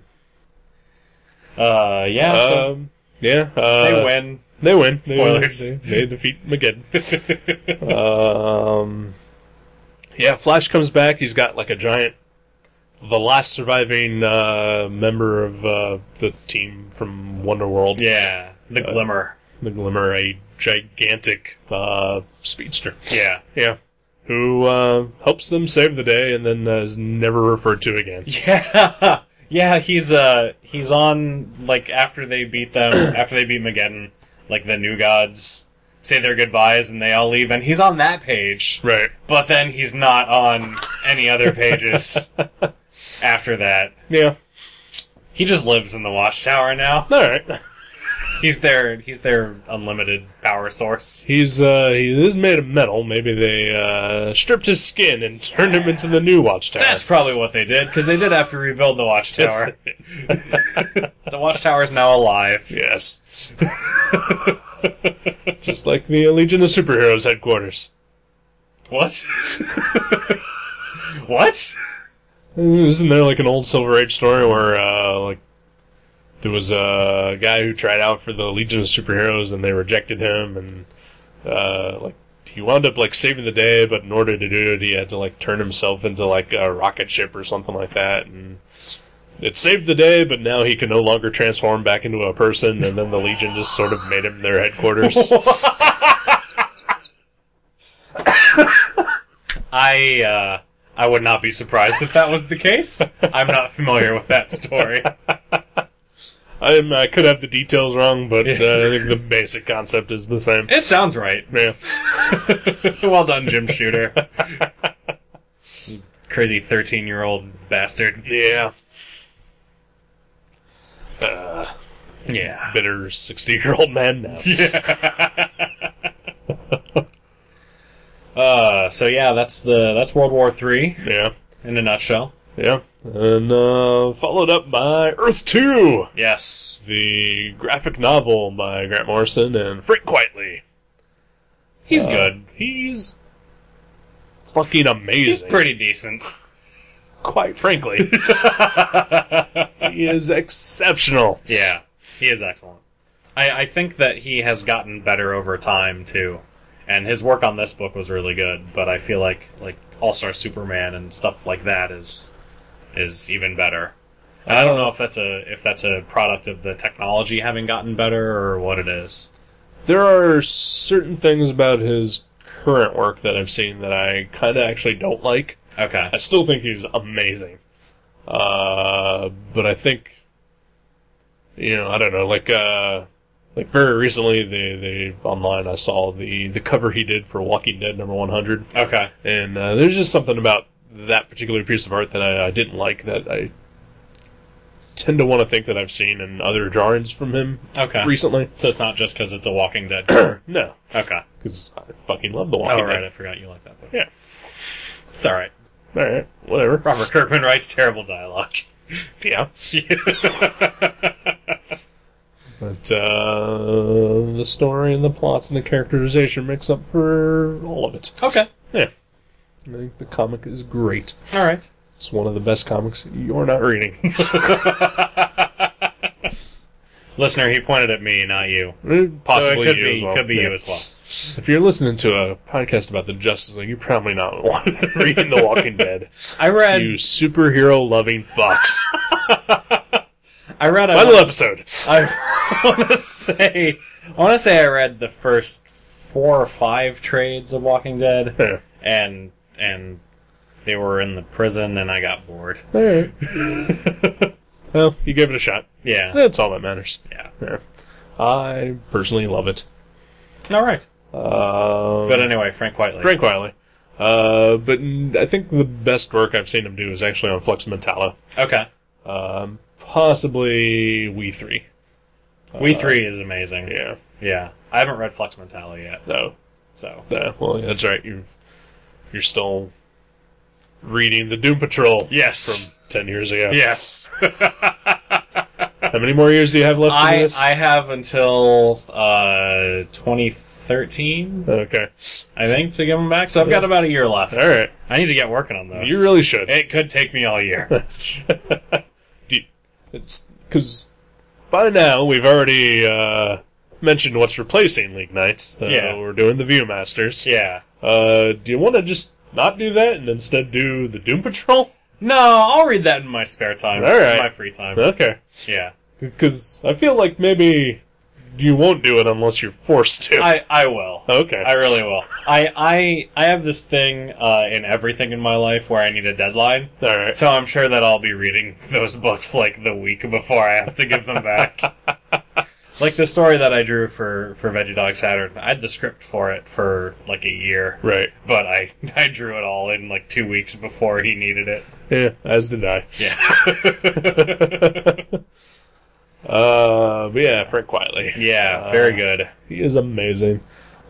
Speaker 3: uh, yeah. so
Speaker 2: Um, yeah. Uh,
Speaker 3: they win.
Speaker 2: They win. They-
Speaker 3: Spoilers.
Speaker 2: They, they defeat Mageddon. um, yeah, Flash comes back. He's got like a giant, the last surviving uh, member of uh, the team from Wonderworld.
Speaker 3: Yeah. The
Speaker 2: Uh,
Speaker 3: glimmer.
Speaker 2: the Glimmer, a gigantic uh, speedster.
Speaker 3: Yeah.
Speaker 2: Yeah. Who uh, helps them save the day and then uh, is never referred to again.
Speaker 3: Yeah, yeah. He's uh, he's on like after they beat them, after they beat Mageddon, like the new gods say their goodbyes and they all leave, and he's on that page.
Speaker 2: Right.
Speaker 3: But then he's not on any other pages after that.
Speaker 2: Yeah.
Speaker 3: He just lives in the watchtower now.
Speaker 2: All right.
Speaker 3: He's their he's their unlimited power source.
Speaker 2: He's uh, he is made of metal. Maybe they uh, stripped his skin and turned him into the new Watchtower.
Speaker 3: Ah. That's probably what they did because they did have to rebuild the watchtower. the watchtower is now alive.
Speaker 2: yes. Just like the Legion of Superheroes headquarters.
Speaker 3: What? what?
Speaker 2: Isn't there like an old Silver Age story where uh, like there was a guy who tried out for the Legion of Superheroes and they rejected him and uh, like he wound up like saving the day, but in order to do it, he had to like turn himself into like a rocket ship or something like that and. It saved the day, but now he can no longer transform back into a person, and then the Legion just sort of made him their headquarters.
Speaker 3: I uh, I would not be surprised if that was the case. I'm not familiar with that story.
Speaker 2: I, I could have the details wrong, but uh, I think the basic concept is the same.
Speaker 3: It sounds right.
Speaker 2: Yeah.
Speaker 3: well done, Jim Shooter. Crazy thirteen-year-old bastard.
Speaker 2: Yeah.
Speaker 3: Yeah.
Speaker 2: bitter 60 year old man now.
Speaker 3: Uh, so yeah, that's the that's World War Three
Speaker 2: yeah.
Speaker 3: in a nutshell.
Speaker 2: Yeah. And uh, followed up by Earth 2,
Speaker 3: Yes.
Speaker 2: the graphic novel by Grant Morrison and Frank Quietly.
Speaker 3: He's
Speaker 2: Uh,
Speaker 3: good.
Speaker 2: He's fucking amazing.
Speaker 3: He's pretty decent.
Speaker 2: quite frankly. he is exceptional.
Speaker 3: Yeah, he is excellent. I, I think that he has gotten better over time too, and his work on this book was really good. But I feel like like All Star Superman and stuff like that is is even better. And I don't know if that's a if that's a product of the technology having gotten better or what it is.
Speaker 2: There are certain things about his current work that I've seen that I kind of actually don't like.
Speaker 3: Okay.
Speaker 2: I still think he's amazing. Uh, but I think, you know, I don't know, like, uh, like very recently, they, they, online I saw the, the cover he did for Walking Dead number 100.
Speaker 3: Okay.
Speaker 2: And, uh, there's just something about that particular piece of art that I, I didn't like that I tend to want to think that I've seen in other drawings from him
Speaker 3: Okay.
Speaker 2: recently.
Speaker 3: so it's not just because it's a Walking Dead. cover.
Speaker 2: No,
Speaker 3: okay.
Speaker 2: because I fucking love The
Speaker 3: All
Speaker 2: Walking
Speaker 3: right.
Speaker 2: Dead.
Speaker 3: I forgot you like that book.
Speaker 2: Yeah.
Speaker 3: It's all right.
Speaker 2: Alright, whatever.
Speaker 3: Robert Kirkman writes terrible dialogue.
Speaker 2: Yeah.
Speaker 3: yeah.
Speaker 2: But uh, the story and the plots and the characterization makes up for all of it.
Speaker 3: Okay.
Speaker 2: I think the comic is great.
Speaker 3: All right.
Speaker 2: It's one of the best comics you're not reading.
Speaker 3: Listener, he pointed at me, not you.
Speaker 2: Possibly
Speaker 3: so it could
Speaker 2: you
Speaker 3: be,
Speaker 2: as well.
Speaker 3: could be you
Speaker 2: Yeah.
Speaker 3: as well.
Speaker 2: If you're listening to a podcast about the Justice League, you're probably not reading The Walking Dead.
Speaker 3: I read.
Speaker 2: You superhero loving fucks.
Speaker 3: I read. I,
Speaker 2: Final
Speaker 3: want,
Speaker 2: episode.
Speaker 3: I want to say. I want to say I read the first four or five trades of Walking Dead,
Speaker 2: Yeah.
Speaker 3: and and they were in the prison, and I got bored.
Speaker 2: All right. well, you gave it a shot.
Speaker 3: Yeah.
Speaker 2: That's all that matters.
Speaker 3: Yeah.
Speaker 2: I personally love it.
Speaker 3: All right.
Speaker 2: Um,
Speaker 3: But anyway, Frank Whiteley.
Speaker 2: Frank Wiley. Uh, but n- I think the best work I've seen him do is actually on Flux Metallo.
Speaker 3: Okay.
Speaker 2: Um, possibly We Three.
Speaker 3: We Three is amazing.
Speaker 2: Yeah.
Speaker 3: Yeah. I haven't read Flux Mentality yet,
Speaker 2: No.
Speaker 3: so.
Speaker 2: no. Well, yeah, that's right. You've you're still reading the Doom Patrol
Speaker 3: Yes.
Speaker 2: from ten years ago.
Speaker 3: yes.
Speaker 2: How many more years do you have left? for
Speaker 3: I
Speaker 2: this?
Speaker 3: I have until uh 2013,
Speaker 2: okay.
Speaker 3: I think, to give them back. So I've got
Speaker 2: Yeah.
Speaker 3: about a year left.
Speaker 2: All right.
Speaker 3: I need to get working on those.
Speaker 2: You really should.
Speaker 3: It could take me all year.
Speaker 2: Do you- it's because by now we've already uh, mentioned what's replacing League Nights. Uh,
Speaker 3: Yeah.
Speaker 2: we're doing the Viewmasters.
Speaker 3: yeah.
Speaker 2: Uh, do you want to just not do that and instead do the Doom Patrol?
Speaker 3: No, I'll read that in my spare time.
Speaker 2: All right.
Speaker 3: In my free time.
Speaker 2: Okay,
Speaker 3: Yeah.
Speaker 2: because I feel like maybe you won't do it unless you're forced to.
Speaker 3: I, I will.
Speaker 2: okay,
Speaker 3: I really will. I, I, I have this thing uh, in everything in my life where I need a deadline.
Speaker 2: all right.
Speaker 3: So I'm sure that I'll be reading those books like the week before I have to give them back. like the story that I drew for for Veggie Dog Saturn, I had the script for it for like a year,
Speaker 2: Right.
Speaker 3: but I I drew it all in like two weeks before he needed it.
Speaker 2: Yeah, as did I.
Speaker 3: Yeah,
Speaker 2: Uh, but yeah, Frank Quietly.
Speaker 3: yeah,
Speaker 2: Uh,
Speaker 3: very good.
Speaker 2: He is amazing.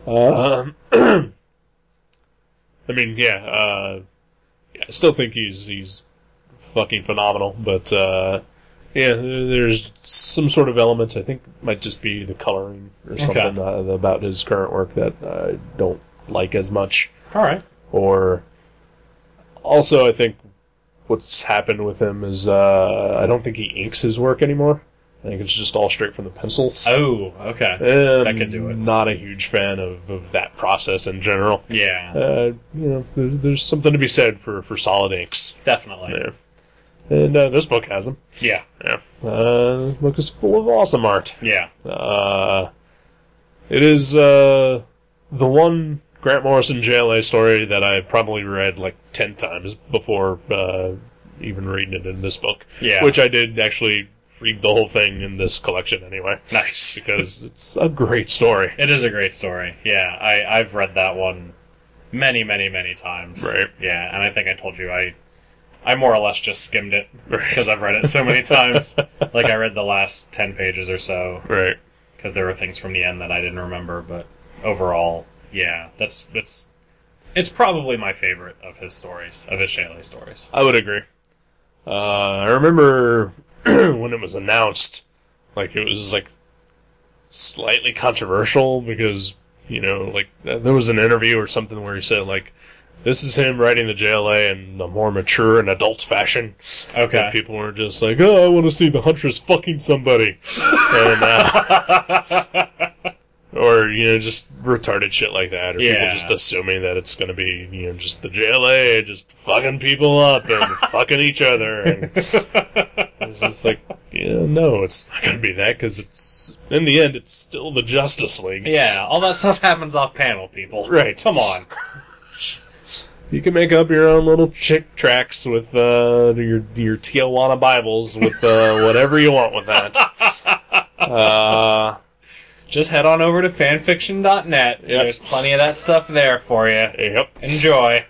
Speaker 2: Uh, I mean, yeah, uh, yeah, I still think he's he's fucking phenomenal, but uh, yeah, there- there's some sort of elements. I think might just be the coloring or something uh, about his current work that I don't like as much.
Speaker 3: All right.
Speaker 2: Or also, I think what's happened with him is uh, I don't think he inks his work anymore. I think it's just all straight from the pencils.
Speaker 3: Oh, okay.
Speaker 2: Um,
Speaker 3: That could do it.
Speaker 2: Not a huge fan of, of that process in general.
Speaker 3: Yeah,
Speaker 2: Uh, you know, there's, there's something to be said for, for solid inks.
Speaker 3: definitely.
Speaker 2: Yeah. And uh, this book has them.
Speaker 3: Yeah,
Speaker 2: Yeah. Uh, this book is full of awesome art.
Speaker 3: yeah.
Speaker 2: Uh, it is uh, the one Grant Morrison JLA story that I probably read like 10 times before uh, even reading it in this book.
Speaker 3: Yeah.
Speaker 2: Which I did actually read the whole thing in this collection anyway.
Speaker 3: Nice.
Speaker 2: Because it's a great story.
Speaker 3: It is a great story. Yeah, I I've read that one many, many, many times.
Speaker 2: Right.
Speaker 3: Yeah, and I think I told you I I more or less just skimmed it
Speaker 2: Right.
Speaker 3: because I've read it so many times. like I read the last ten pages or so
Speaker 2: Right.
Speaker 3: because there were things from the end that I didn't remember. But overall, yeah, that's that's it's probably my favorite of his stories, of his Shaylee stories.
Speaker 2: I would agree. Uh, I remember when it was announced, like it was like slightly controversial because you know, like th- there was an interview or something where he said like, "This is him writing the JLA in a more mature and adult fashion."
Speaker 3: Okay.
Speaker 2: And people were just like, "Oh, I want to see the Huntress fucking somebody," and uh, or you know, just retarded shit like that, or people
Speaker 3: Yeah.
Speaker 2: just assuming that it's going to be you know just the JLA just fucking people up and fucking each other, and it's just like, yeah, no, it's not going to be that because it's in the end, it's still the Justice League.
Speaker 3: Yeah, all that stuff happens off panel, people.
Speaker 2: Right.
Speaker 3: Come on.
Speaker 2: You can make up your own little chick tracks with uh, your your Tijuana Bibles with uh, whatever you want with that. Uh,
Speaker 3: Just head on over to
Speaker 2: Yep.
Speaker 3: fanfiction.net. There's plenty of that stuff there for you.
Speaker 2: yep.
Speaker 3: Enjoy.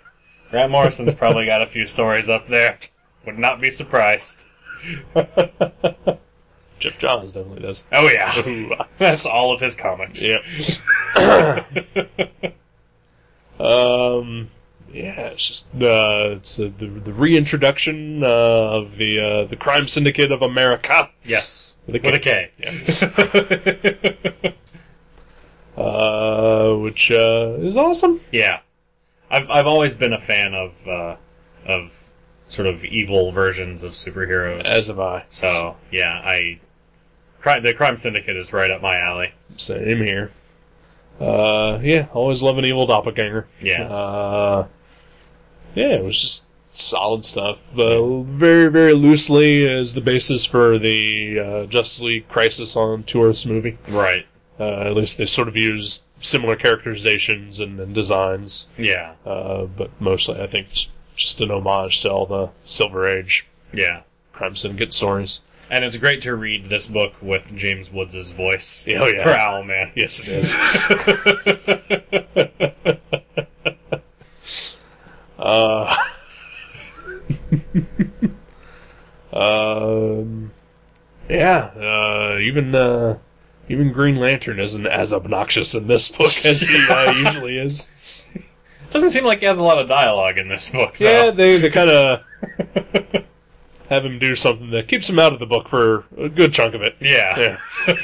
Speaker 3: Grant Morrison's probably got a few stories up there. Would not be surprised.
Speaker 2: Jeff Johns definitely does.
Speaker 3: Oh yeah,
Speaker 2: Ooh, ah,
Speaker 3: that's all of his comics.
Speaker 2: yep. um, yeah, it's just uh, it's uh, the the reintroduction uh, of the uh, the crime syndicate of America.
Speaker 3: Yes,
Speaker 2: With a K.
Speaker 3: with a K.
Speaker 2: Uh, which uh, is awesome.
Speaker 3: yeah, I've I've always been a fan of uh, of sort of evil versions of superheroes.
Speaker 2: As have I.
Speaker 3: so yeah, I cri- the Crime Syndicate is right up my alley.
Speaker 2: Same here. Uh, yeah, always love an evil doppelganger.
Speaker 3: Yeah.
Speaker 2: Uh, yeah, it was just solid stuff. Uh, very, very loosely is the basis for the uh, Justice League Crisis on Two Earths movie.
Speaker 3: Right.
Speaker 2: Uh, at least they sort of use similar characterizations and, and designs,
Speaker 3: Yeah.
Speaker 2: uh, but mostly I think it's just an homage to all the Silver Age
Speaker 3: Yeah.
Speaker 2: crime syndicate stories.
Speaker 3: And it's great to read this book with James Woods' voice
Speaker 2: Oh, yeah.
Speaker 3: for Owlman.
Speaker 2: Yes, it is. uh, um, yeah, uh, even uh, even Green Lantern isn't as obnoxious in this book as he uh, usually is.
Speaker 3: Doesn't seem like he has a lot of dialogue in this book, though.
Speaker 2: Yeah, they they kind of have him do something that keeps him out of the book for a good chunk of it.
Speaker 3: Yeah.
Speaker 2: Yeah.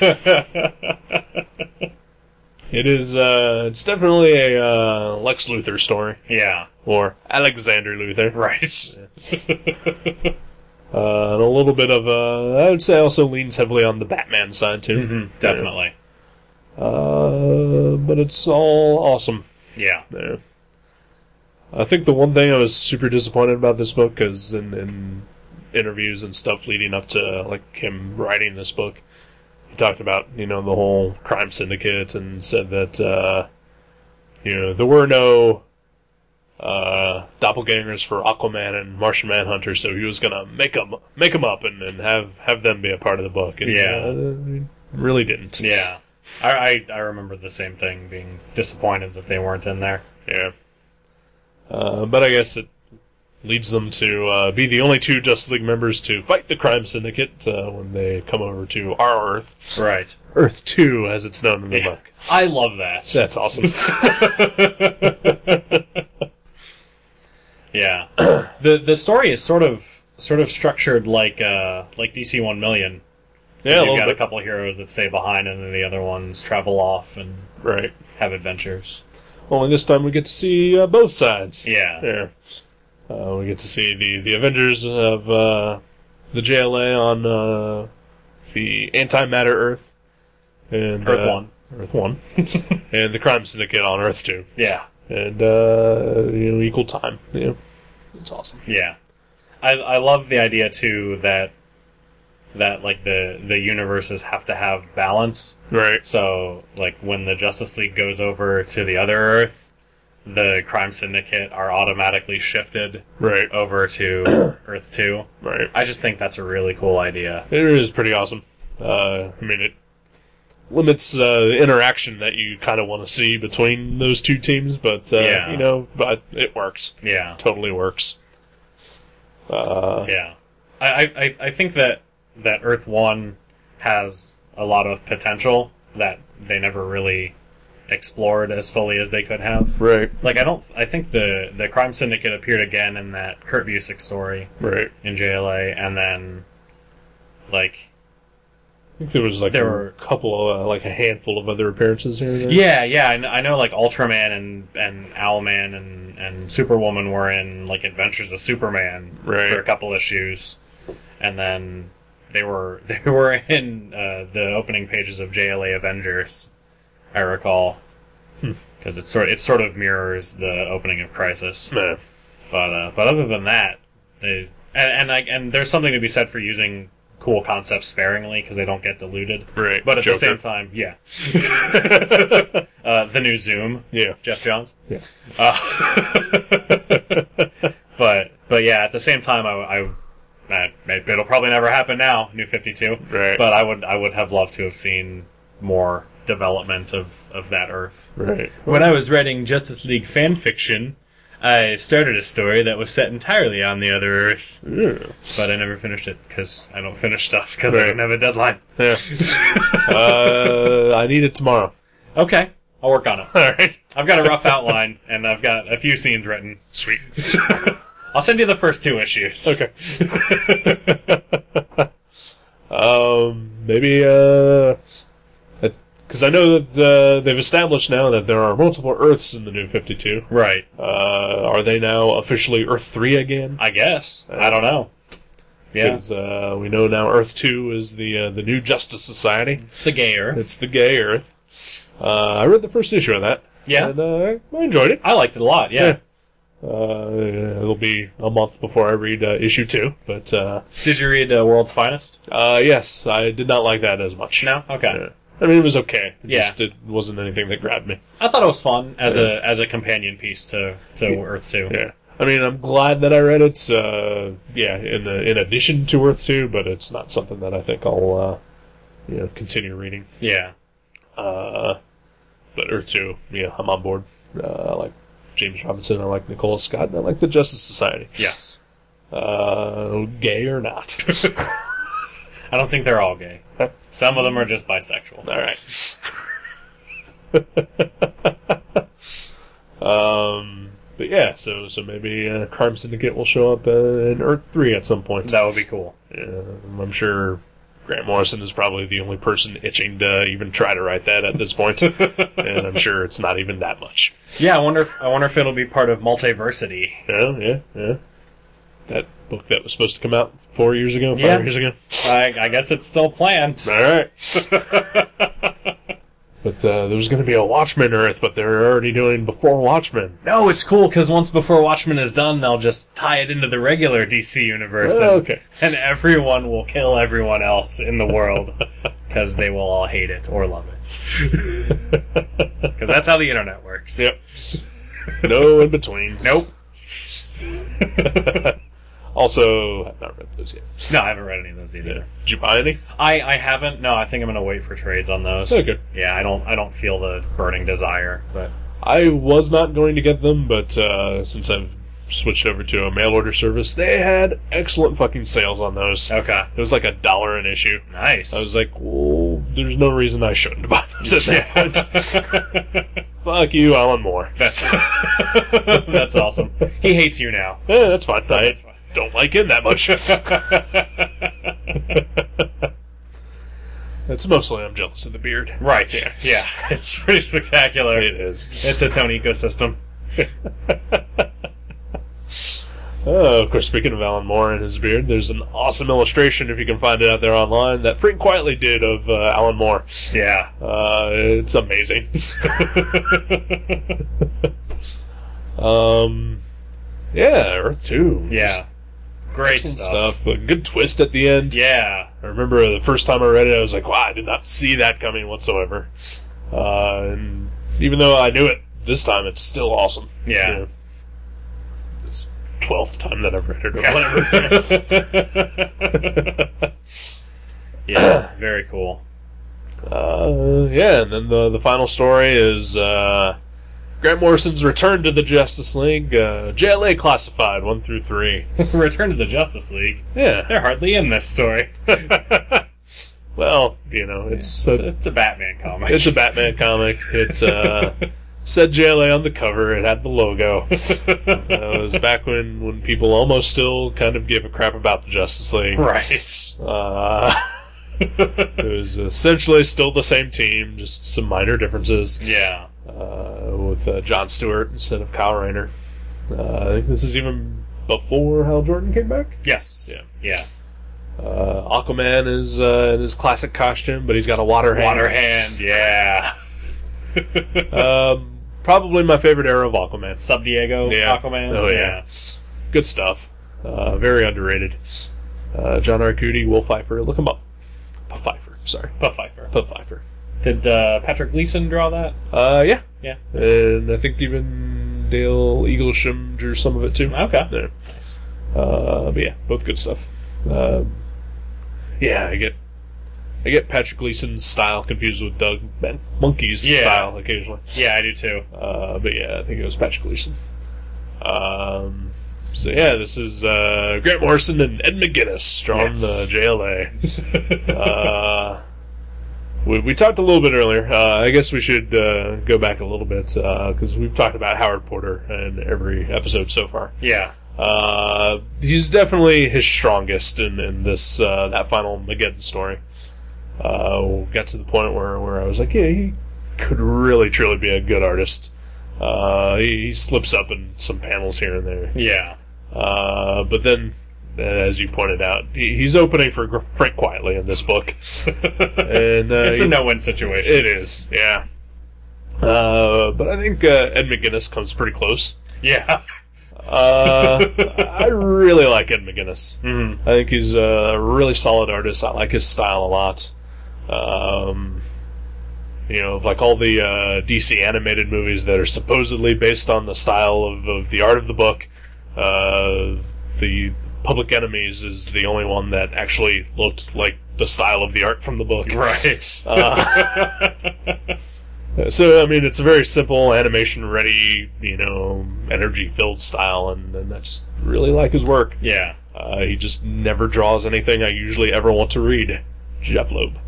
Speaker 2: it is. Uh, it's definitely a uh, Lex Luthor story
Speaker 3: Yeah.
Speaker 2: or Alexander Luthor,
Speaker 3: Right.
Speaker 2: uh, and a little bit of. Uh, I would say also leans heavily on the Batman side too.
Speaker 3: Definitely.
Speaker 2: Uh, but it's all awesome.
Speaker 3: Yeah.
Speaker 2: Yeah. I think the one thing I was super disappointed about this book is in, in interviews and stuff leading up to like him writing this book, he talked about you know the whole crime syndicate and said that uh, you know there were no uh, doppelgangers for Aquaman and Martian Manhunter, so he was gonna make them make 'em up and, and have have them be a part of the book. And,
Speaker 3: Yeah.
Speaker 2: uh, he really didn't.
Speaker 3: Yeah. I, I, I remember the same thing being disappointed that they weren't in there.
Speaker 2: Yeah. Uh, but I guess it leads them to uh, be the only two Justice League members to fight the crime syndicate uh, when they come over to our Earth.
Speaker 3: Right.
Speaker 2: Earth 2, as it's known in the book.
Speaker 3: I love that.
Speaker 2: That's awesome.
Speaker 3: Yeah. the the story is sort of sort of structured like uh like DC one million.
Speaker 2: yeah, a
Speaker 3: You've
Speaker 2: little
Speaker 3: got
Speaker 2: bit.
Speaker 3: a couple of heroes that stay behind and then the other ones travel off and
Speaker 2: Right.
Speaker 3: have adventures.
Speaker 2: Only this time we get to see uh, both sides.
Speaker 3: Yeah.
Speaker 2: Yeah. Uh, we get to see the, the Avengers of uh, the JLA on uh, the antimatter Earth. And,
Speaker 3: Earth
Speaker 2: uh,
Speaker 3: one.
Speaker 2: Earth 1. and the crime syndicate on Earth 2.
Speaker 3: Yeah.
Speaker 2: and uh, you know equal time. You know, it's awesome.
Speaker 3: Yeah. I I love the idea too that that like the the universes have to have balance.
Speaker 2: Right.
Speaker 3: So like when the Justice League goes over to the other Earth, the crime syndicate are automatically shifted
Speaker 2: Right.
Speaker 3: over to Earth two.
Speaker 2: Right.
Speaker 3: I just think that's a really cool idea.
Speaker 2: It is pretty awesome. Uh, I mean, it limits uh, the interaction that you kind of want to see between those two teams, but uh,
Speaker 3: Yeah.
Speaker 2: you know, but it works.
Speaker 3: Yeah.
Speaker 2: Totally works. Uh,
Speaker 3: Yeah, I, I- I, I think that that Earth One has a lot of potential that they never really explored as fully as they could have.
Speaker 2: Right.
Speaker 3: Like I don't, I think the the crime syndicate appeared again in that Kurt Busick story
Speaker 2: Right.
Speaker 3: in JLA, and then like
Speaker 2: I think there was like
Speaker 3: There
Speaker 2: a
Speaker 3: were-
Speaker 2: couple, uh, like a handful of other appearances here. and there.
Speaker 3: yeah, yeah, I know, I know like Ultraman and and Owlman and and Superwoman were in like Adventures of Superman
Speaker 2: Right.
Speaker 3: for a couple issues, and then they were they were in uh, the opening pages of JLA Avengers, I recall, because it sort it sort of mirrors the opening of Crisis.
Speaker 2: Nah.
Speaker 3: But uh, but other than that, they and and, I, and there's something to be said for using cool concepts sparingly because they don't get diluted.
Speaker 2: Right.
Speaker 3: But at
Speaker 2: Joker.
Speaker 3: the same time, yeah. uh, the new Zoom,
Speaker 2: Yeah.
Speaker 3: Jeff Johns. Uh,
Speaker 2: Yeah.
Speaker 3: But but yeah, at the same time, I, I, I maybe it'll probably never happen now. New Fifty Two.
Speaker 2: Right.
Speaker 3: But I would I would have loved to have seen more development of of that Earth.
Speaker 2: Right.
Speaker 3: When I was writing Justice League fan fiction, I started a story that was set entirely on the other Earth,
Speaker 2: Yeah.
Speaker 3: but I never finished it because I don't finish stuff because
Speaker 2: Right.
Speaker 3: I don't have a deadline.
Speaker 2: Yeah. uh, I need it tomorrow.
Speaker 3: Okay, I'll work on it.
Speaker 2: All right.
Speaker 3: I've got a rough outline and I've got a few scenes written.
Speaker 2: Sweet.
Speaker 3: I'll send you the first two issues.
Speaker 2: Okay. um, maybe uh, because I know that uh, they've established now that there are multiple Earths in the New Fifty Two.
Speaker 3: Right.
Speaker 2: Uh, are they now officially Earth Three again?
Speaker 3: I guess. I don't know. Yeah.
Speaker 2: 'Cause, uh, we know now Earth Two is the uh, the New Justice Society.
Speaker 3: It's the gay Earth.
Speaker 2: It's the gay Earth. Uh, I read the first issue of that.
Speaker 3: Yeah.
Speaker 2: and uh, I enjoyed it.
Speaker 3: I liked it a lot, yeah.
Speaker 2: Uh, it'll be a month before I read uh, issue two, but uh,
Speaker 3: Did you read uh, World's Finest?
Speaker 2: uh, yes, I did not like that as much.
Speaker 3: No? Okay.
Speaker 2: Yeah. I mean, it was okay. It
Speaker 3: Yeah.
Speaker 2: just it wasn't anything that grabbed me.
Speaker 3: I thought it was fun as a as a companion piece to, to Earth 2.
Speaker 2: Yeah. I mean, I'm glad that I read it. Uh, yeah, in the, in addition to Earth Two, but it's not something that I think I'll uh, you know continue reading.
Speaker 3: Yeah.
Speaker 2: Uh, but Earth Two, yeah, I'm on board. Uh, I like James Robinson. I like Nicola Scott. And I like the Justice Society.
Speaker 3: Yes.
Speaker 2: Uh, gay or not?
Speaker 3: I don't think they're all gay. Some of them are just bisexual.
Speaker 2: All right. um, but yeah, so so maybe uh, Crime Syndicate will show up uh, in Earth Three at some point.
Speaker 3: That would be cool.
Speaker 2: Um, I'm sure Grant Morrison is probably the only person itching to even try to write that at this point, and I'm sure it's not even that much.
Speaker 3: Yeah, I wonder. If, I wonder if it'll be part of Multiversity.
Speaker 2: Yeah, yeah, yeah. That book that was supposed to come out four years ago, five
Speaker 3: Yeah.
Speaker 2: years ago.
Speaker 3: I, I guess it's still planned.
Speaker 2: All right. but uh, there was going to be a Watchmen Earth, but they're already doing before Watchmen.
Speaker 3: No, it's cool because once before Watchmen is done, they'll just tie it into the regular DC universe, and,
Speaker 2: Oh, okay.
Speaker 3: and everyone will kill everyone else in the world because they will all hate it or love it. Because that's how the internet works.
Speaker 2: Yep. no in between.
Speaker 3: Nope.
Speaker 2: Also, I've not read those yet.
Speaker 3: No, I haven't read any of those either.
Speaker 2: Yeah. Did you buy any?
Speaker 3: I, I haven't. No, I think I'm gonna wait for trades on those.
Speaker 2: Okay.
Speaker 3: Yeah, I don't I don't feel the burning desire, but
Speaker 2: I was not going to get them, but uh, since I've switched over to a mail order service, they had excellent fucking sales on those.
Speaker 3: okay,
Speaker 2: It was like a dollar an issue.
Speaker 3: nice.
Speaker 2: I was like, well, there's no reason I shouldn't buy those at that point. Fuck you, I want more.
Speaker 3: that's that's awesome. He hates you now.
Speaker 2: Yeah, that's fine. I
Speaker 3: fine.
Speaker 2: don't like him that much. That's mostly I'm jealous of the beard.
Speaker 3: Right.
Speaker 2: Yeah.
Speaker 3: Yeah. It's pretty spectacular.
Speaker 2: It is.
Speaker 3: It's its own ecosystem.
Speaker 2: Oh, of course, speaking of Alan Moore and his beard, there's an awesome illustration, if you can find it out there online, that Frank Quietly did of uh, Alan Moore.
Speaker 3: Yeah.
Speaker 2: Uh, it's amazing. um, yeah, Earth 2.
Speaker 3: Yeah. Great
Speaker 2: Just
Speaker 3: stuff.
Speaker 2: stuff. A good twist at the end.
Speaker 3: Yeah.
Speaker 2: I remember the first time I read it, I was like, wow, I did not see that coming whatsoever. Uh, and even though I knew it this time, it's still awesome.
Speaker 3: Yeah.
Speaker 2: This 12th time that I've read it or whatever.
Speaker 3: Yeah. Very cool.
Speaker 2: uh, yeah, and then the, the final story is uh, Grant Morrison's return to the Justice League, uh, JLA Classified 1 through 3.
Speaker 3: Return to the Justice League.
Speaker 2: Yeah.
Speaker 3: They're hardly in this story.
Speaker 2: Well, you know, it's,
Speaker 3: It's
Speaker 2: a-
Speaker 3: a, it's a Batman comic.
Speaker 2: It's a Batman comic. It's uh, said JLA on the cover. It had the logo. Uh, it was back when when people almost still kind of gave a crap about the Justice League.
Speaker 3: right.
Speaker 2: Uh, it was essentially still the same team, just some minor differences.
Speaker 3: Yeah.
Speaker 2: Uh, with uh, John Stewart instead of Kyle Rayner. Uh, I think this is even before Hal Jordan came back.
Speaker 3: Yes.
Speaker 2: Yeah.
Speaker 3: Yeah.
Speaker 2: Uh, Aquaman is uh, in his classic costume, but he's got a water hand.
Speaker 3: Water hand. Yeah.
Speaker 2: Um, probably my favorite era of Aquaman.
Speaker 3: Sub Diego.
Speaker 2: Yeah.
Speaker 3: Aquaman.
Speaker 2: Oh, yeah. Good stuff. Uh, very underrated. Uh, John Arcudi, Will Pfeiffer, look him up. Puff Pfeiffer, sorry.
Speaker 3: Puff Pfeiffer.
Speaker 2: Puff Pfeiffer.
Speaker 3: Did uh, Patrick Gleason draw that?
Speaker 2: Uh, yeah.
Speaker 3: Yeah.
Speaker 2: And I think even Dale Eaglesham drew some of it too.
Speaker 3: Okay.
Speaker 2: There. Uh, but yeah, both good stuff. Um, yeah, I get I get Patrick Gleason's style confused with Doug Ben Monkey's
Speaker 3: Yeah.
Speaker 2: style occasionally.
Speaker 3: Yeah, I do too.
Speaker 2: Uh, but yeah, I think it was Patrick Gleason. Um, so yeah, this is uh, Grant Morrison and Ed McGuinness from
Speaker 3: Yes.
Speaker 2: the JLA. uh, we, we talked a little bit earlier. Uh, I guess we should uh, go back a little bit because we've talked about Howard Porter in every episode so far.
Speaker 3: Yeah.
Speaker 2: Uh, he's definitely his strongest in, in this uh, that final Mageddon story. Uh, got to the point where, where I was like, yeah, he could really truly be a good artist. Uh, he, he slips up in some panels here and there,
Speaker 3: Yeah.
Speaker 2: uh, but then, uh, as you pointed out, he, he's opening for Gr- Frank quietly in this book, and uh,
Speaker 3: It's
Speaker 2: he-
Speaker 3: a no-win situation.
Speaker 2: It is, yeah. Uh, but I think uh, Ed McGuinness comes pretty close.
Speaker 3: yeah.
Speaker 2: Uh, I really like Ed McGuinness. I think he's a really solid artist. I like his style a lot. Um, you know, of like all the uh, DC animated movies that are supposedly based on the style of, of the art of the book. Uh, the Public Enemies is the only one that actually looked like the style of the art from the book. Uh,
Speaker 4: Right.
Speaker 3: Uh,
Speaker 2: So I mean, it's a very simple animation-ready, you know, energy-filled style, and, and I just really like his work.
Speaker 4: yeah.
Speaker 2: Uh, he just never draws anything I usually ever want to read. Jeff Loeb.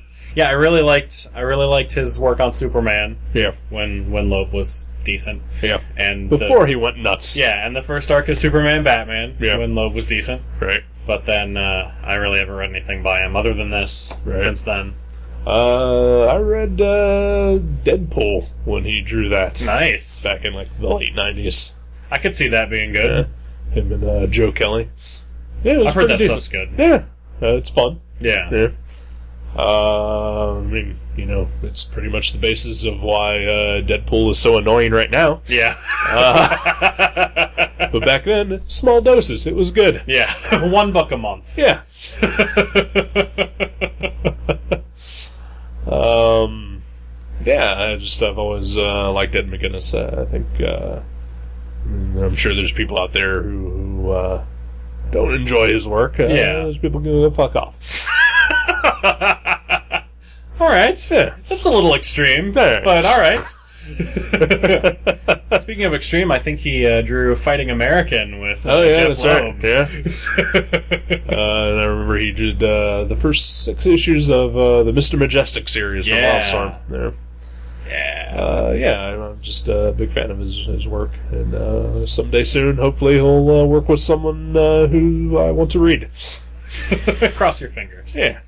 Speaker 3: Yeah, I really liked I really liked his work on Superman
Speaker 2: Yeah,
Speaker 3: when when Loeb was decent.
Speaker 2: yeah.
Speaker 3: And the-
Speaker 2: Before he went nuts.
Speaker 3: yeah, and the first arc of Superman Batman
Speaker 2: Yeah.
Speaker 3: when Loeb was decent.
Speaker 2: Right.
Speaker 3: But then uh, I really haven't read anything by him other than this
Speaker 2: Right.
Speaker 3: since then.
Speaker 2: Uh, I read uh, Deadpool when he drew that
Speaker 3: Nice.
Speaker 2: back in like the late nineties.
Speaker 3: I could see that being good.
Speaker 2: Him and uh, Joe Kelly. Yeah, it was
Speaker 3: I've heard that
Speaker 2: pretty
Speaker 3: stuff's
Speaker 2: decent.
Speaker 3: good.
Speaker 2: Yeah, uh, it's fun.
Speaker 3: Yeah.
Speaker 2: Yeah. Uh, I mean, you know, it's pretty much the basis of why uh, Deadpool is so annoying right now.
Speaker 3: Yeah.
Speaker 2: But back then, small doses, it was good.
Speaker 3: yeah. One book a month.
Speaker 2: Yeah. um, yeah, I just I've always uh, liked Ed McGuinness. Uh, I think uh, I mean, I'm sure there's people out there who, who uh, don't enjoy his work. Uh,
Speaker 3: Yeah.
Speaker 2: those people can go fuck off.
Speaker 3: All right.
Speaker 2: Yeah.
Speaker 3: That's a little extreme,
Speaker 2: Yeah.
Speaker 3: but all right.
Speaker 2: Oh,
Speaker 3: Speaking of extreme, I think he uh, drew Fighting American with uh,
Speaker 2: Oh yeah,
Speaker 3: Jeff
Speaker 2: that's
Speaker 3: Loeb.
Speaker 2: right. Yeah. uh, and I remember he did uh, the first six issues of uh, the Mister Majestic series
Speaker 3: Yeah.
Speaker 2: from Wildstorm. Yeah. Uh, yeah, I'm- I'm just a big fan of his, his work, and uh, someday soon, hopefully, he'll uh, work with someone uh, who I want to read.
Speaker 3: Cross your fingers.
Speaker 2: Yeah.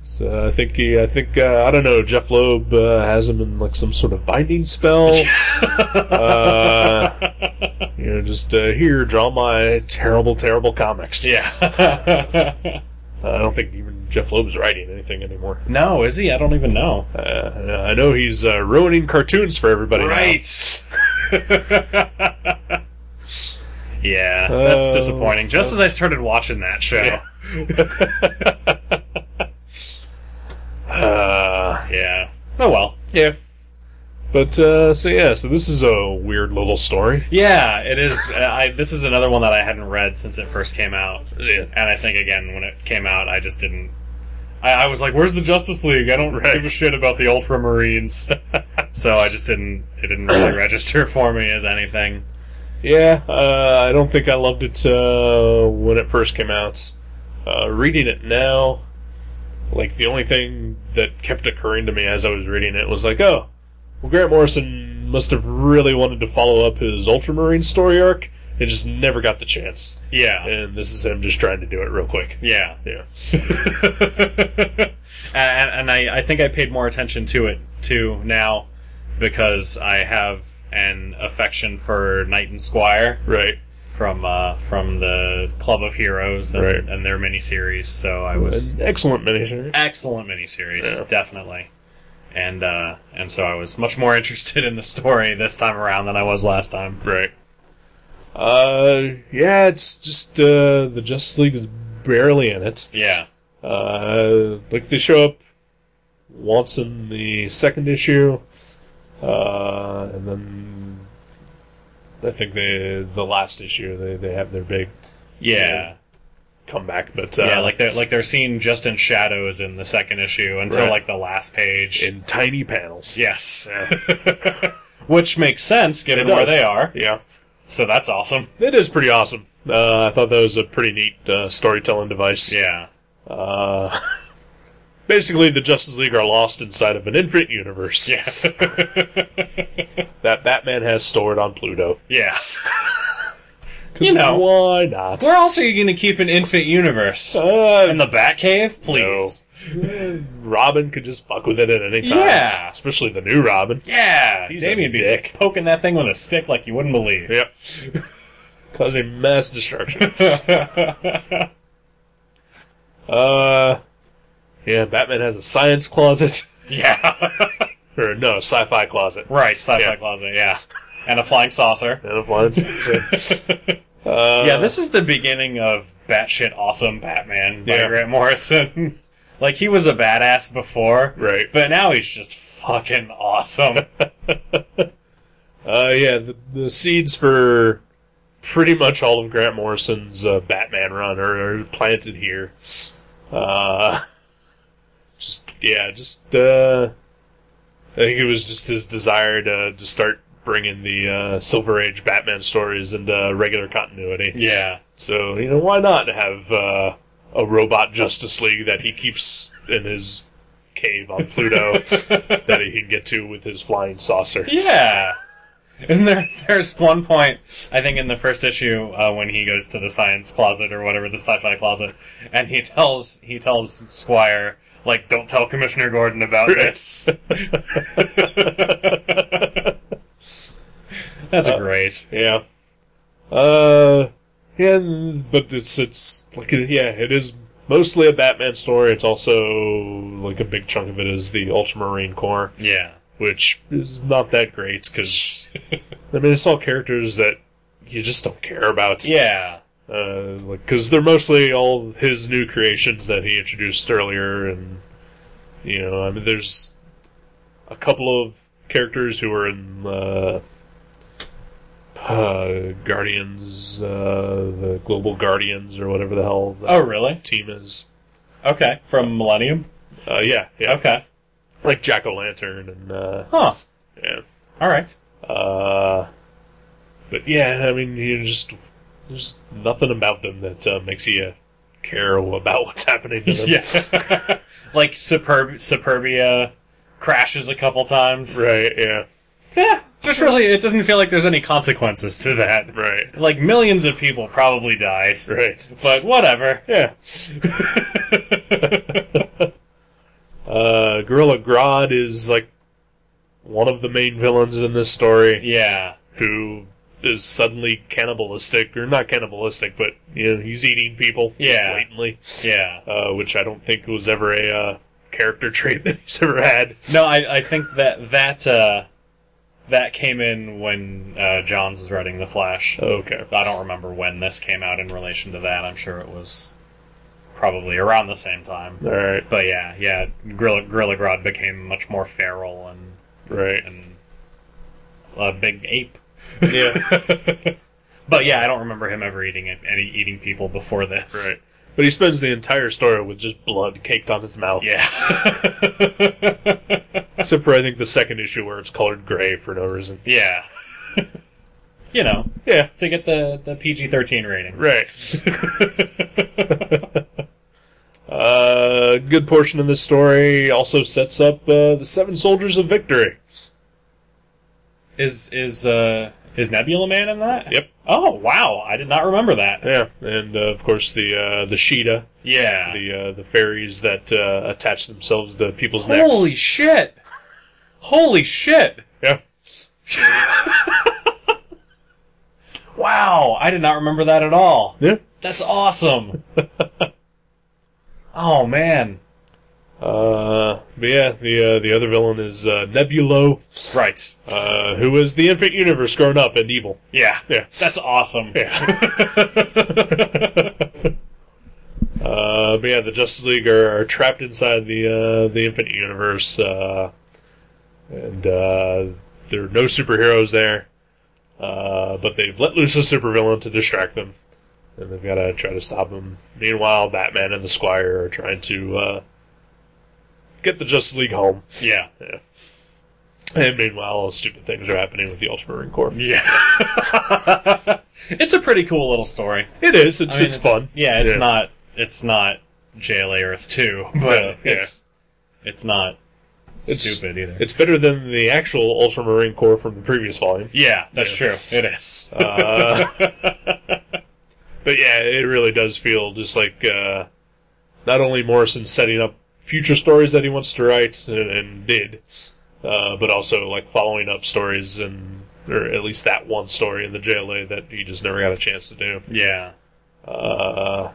Speaker 2: so I think he, I think uh, I don't know. Jeff Loeb uh, has him in like some sort of binding spell. uh, you know, just uh, here, draw my terrible, terrible comics.
Speaker 3: Yeah.
Speaker 2: Uh, I don't think even Jeff Loeb's writing anything anymore.
Speaker 3: no, is he? I don't even know.
Speaker 2: Uh, I know he's uh, ruining cartoons for everybody. now.
Speaker 3: yeah,
Speaker 2: Oh.
Speaker 3: that's disappointing. Just as I started watching that show. Yeah.
Speaker 2: Uh,
Speaker 3: Oh well.
Speaker 2: yeah. But uh, so yeah, so this is a weird little story.
Speaker 3: Yeah, it is. uh, I, this is another one that I hadn't read since it first came out,
Speaker 2: Yeah.
Speaker 3: and I think again when it came out, I just didn't. I, I was like, "Where's the Justice League? I don't give a shit about the Ultramarines." so I just didn't. It didn't really register for me as anything.
Speaker 2: Yeah, uh, I don't think I loved it uh, when it first came out. Uh, reading it now, like the only thing that kept occurring to me as I was reading it was like, oh, well, Grant Morrison must have really wanted to follow up his Ultramarine story arc and just never got the chance.
Speaker 3: Yeah,
Speaker 2: And this is him just trying to do it real quick.
Speaker 3: yeah.
Speaker 2: Yeah.
Speaker 3: and and I, I think I paid more attention to it too now because I have an affection for Knight and Squire
Speaker 2: Right.
Speaker 3: from uh, from the Club of Heroes and,
Speaker 2: Right.
Speaker 3: and their miniseries. So I was
Speaker 2: An excellent miniature.
Speaker 3: excellent miniseries,
Speaker 2: Yeah.
Speaker 3: definitely. And uh, and so I was much more interested in the story this time around than I was last time.
Speaker 2: Right. Uh, yeah, it's just, uh, the Justice League is barely in it.
Speaker 3: Yeah,
Speaker 2: Uh, like they show up once in the second issue, uh, and then I think they the last issue they, they have their big
Speaker 3: yeah,
Speaker 2: comeback. But uh,
Speaker 3: yeah. Like they're like they're seen just in shadows in the second issue until
Speaker 2: Right.
Speaker 3: like the last page.
Speaker 2: in tiny panels.
Speaker 3: Yes. Which makes sense given
Speaker 2: It does.
Speaker 3: where they are.
Speaker 2: yeah,
Speaker 3: So that's awesome.
Speaker 2: it is pretty awesome. Uh, I thought that was a pretty neat uh, storytelling device.
Speaker 3: Yeah.
Speaker 2: Uh, basically, the Justice League are lost inside of an infinite universe
Speaker 3: Yeah.
Speaker 2: that Batman has stored on Pluto.
Speaker 3: yeah. You know.
Speaker 2: why not?
Speaker 3: Where else are you going to keep an infant universe?
Speaker 2: Uh,
Speaker 3: In the Batcave? Please.
Speaker 2: Robin could just fuck with it at any time.
Speaker 3: Yeah.
Speaker 2: Especially the new Robin.
Speaker 3: Yeah.
Speaker 2: He's a
Speaker 3: Damien be
Speaker 2: dick.
Speaker 3: poking that thing with a stick like you wouldn't believe.
Speaker 2: Yep. Causing mass destruction. uh, yeah, Batman has a science closet.
Speaker 3: Yeah.
Speaker 2: Or, no, sci fi closet.
Speaker 3: right. Sci-fi
Speaker 2: Yeah.
Speaker 3: closet. Yeah. And a flying saucer.
Speaker 2: And a blind sensor. uh,
Speaker 3: yeah, this is the beginning of batshit awesome Batman by
Speaker 2: Yeah.
Speaker 3: Grant Morrison. like he was a badass before,
Speaker 2: Right.
Speaker 3: But now he's just fucking awesome.
Speaker 2: Uh, yeah, the, the seeds for pretty much all of Grant Morrison's uh, Batman run are, are planted here. Uh, just yeah, just uh, I think it was just his desire to to start bringing the uh, Silver Age Batman stories into regular continuity.
Speaker 3: Yeah.
Speaker 2: So you know why not have uh, a robot Justice League that he keeps in his cave on Pluto that he can get to with his flying saucer.
Speaker 3: Yeah. Isn't there? There's one point I think in the first issue uh, when he goes to the science closet or whatever the sci-fi closet, and he tells he tells Squire like, "Don't tell Commissioner Gordon about this." That's
Speaker 2: Uh,
Speaker 3: great.
Speaker 2: Yeah. Uh, yeah, and- but it's it's like it- yeah, it is mostly a Batman story. It's also like a big chunk of it is the Ultramarine Corps,
Speaker 3: Yeah.
Speaker 2: which is not that great because I mean it's all characters that you just don't care about.
Speaker 3: Yeah.
Speaker 2: Uh, like because they're mostly all his new creations that he introduced earlier, and you know, I mean, there's a couple of characters who are in uh, uh, Guardians, uh, the Global Guardians, or whatever the hell the
Speaker 3: Oh, really?
Speaker 2: team is.
Speaker 3: Okay. From Millennium.
Speaker 2: Uh, yeah, yeah,
Speaker 3: Okay.
Speaker 2: like Jack O' Lantern, and uh,
Speaker 3: Huh.
Speaker 2: yeah.
Speaker 3: All right.
Speaker 2: Uh, but yeah, I mean, you just there's nothing about them that uh, makes you care about what's happening to them.
Speaker 3: Yeah. like superb Superbia crashes a couple times.
Speaker 2: Right, yeah.
Speaker 3: Yeah. Just really, it doesn't feel like there's any consequences to that.
Speaker 2: Right.
Speaker 3: Like millions of people probably died,
Speaker 2: Right.
Speaker 3: but whatever.
Speaker 2: Yeah. uh Gorilla Grodd is like one of the main villains in this story
Speaker 3: Yeah.
Speaker 2: who is suddenly cannibalistic or not cannibalistic, but you know, he's eating people
Speaker 3: Yeah.
Speaker 2: blatantly.
Speaker 3: Yeah.
Speaker 2: Uh which I don't think was ever a uh, character trait that he's ever had.
Speaker 3: No, I, I think that that uh, that came in when uh, Johns was writing the Flash.
Speaker 2: Okay.
Speaker 3: I don't remember when this came out in relation to that. I'm sure it was probably around the same time.
Speaker 2: Alright,
Speaker 3: But yeah, yeah, Gorilla, Gorilla Grodd became much more feral and
Speaker 2: right.
Speaker 3: and a big ape.
Speaker 2: Yeah.
Speaker 3: But yeah, I don't remember him ever eating it, any eating people before this.
Speaker 2: right. But he spends the entire story with just blood caked on his mouth.
Speaker 3: Yeah.
Speaker 2: Except for I think the second issue where it's colored gray for no reason.
Speaker 3: yeah. you know,
Speaker 2: Yeah.
Speaker 3: to get the, the PG 13 rating.
Speaker 2: Right. uh, good portion of this story also sets up uh, the Seven Soldiers of Victory.
Speaker 3: Is is uh is Nebula Man in that?
Speaker 2: Yep.
Speaker 3: Oh wow, I did not remember that.
Speaker 2: Yeah, and uh, of course the uh, the Sheeta,
Speaker 3: Yeah.
Speaker 2: the uh, the fairies that uh, attach themselves to people's necks.
Speaker 3: Holy shit. Holy shit.
Speaker 2: yeah,
Speaker 3: Wow, I did not remember that at all.
Speaker 2: yeah.
Speaker 3: That's awesome. oh man.
Speaker 2: Uh, but yeah, the uh, the other villain is uh, Nebulo,
Speaker 3: Right.
Speaker 2: uh, who is the infant universe grown up and evil.
Speaker 3: Yeah.
Speaker 2: Yeah.
Speaker 3: That's awesome.
Speaker 2: Uh, but yeah, the Justice League are, are trapped inside the uh, the Infinite Universe, uh, and uh, there are no superheroes there. Uh, but they've let loose a supervillain to distract them, and they've got to try to stop him. Meanwhile, Batman and the Squire are trying to uh, get the Justice League home.
Speaker 3: Yeah.
Speaker 2: And meanwhile, stupid things are happening with the Ultramarine Corps.
Speaker 3: Yeah. it's a pretty cool little story.
Speaker 2: It is. It's
Speaker 3: I mean,
Speaker 2: it's, fun.
Speaker 3: Yeah, it's
Speaker 2: Yeah.
Speaker 3: not it's not JLA Earth 2, but
Speaker 2: Yeah, yeah.
Speaker 3: it's it's not
Speaker 2: It's-
Speaker 3: stupid either.
Speaker 2: It's better than the actual Ultramarine Corps from the previous volume.
Speaker 3: yeah, that's true. It is.
Speaker 2: Uh, but yeah, it really does feel just like uh, not only Morrison setting up future stories that he wants to write and, and did, uh, but also like following up stories and or at least that one story in the JLA that he just never got a chance to do.
Speaker 3: yeah.
Speaker 2: Uh,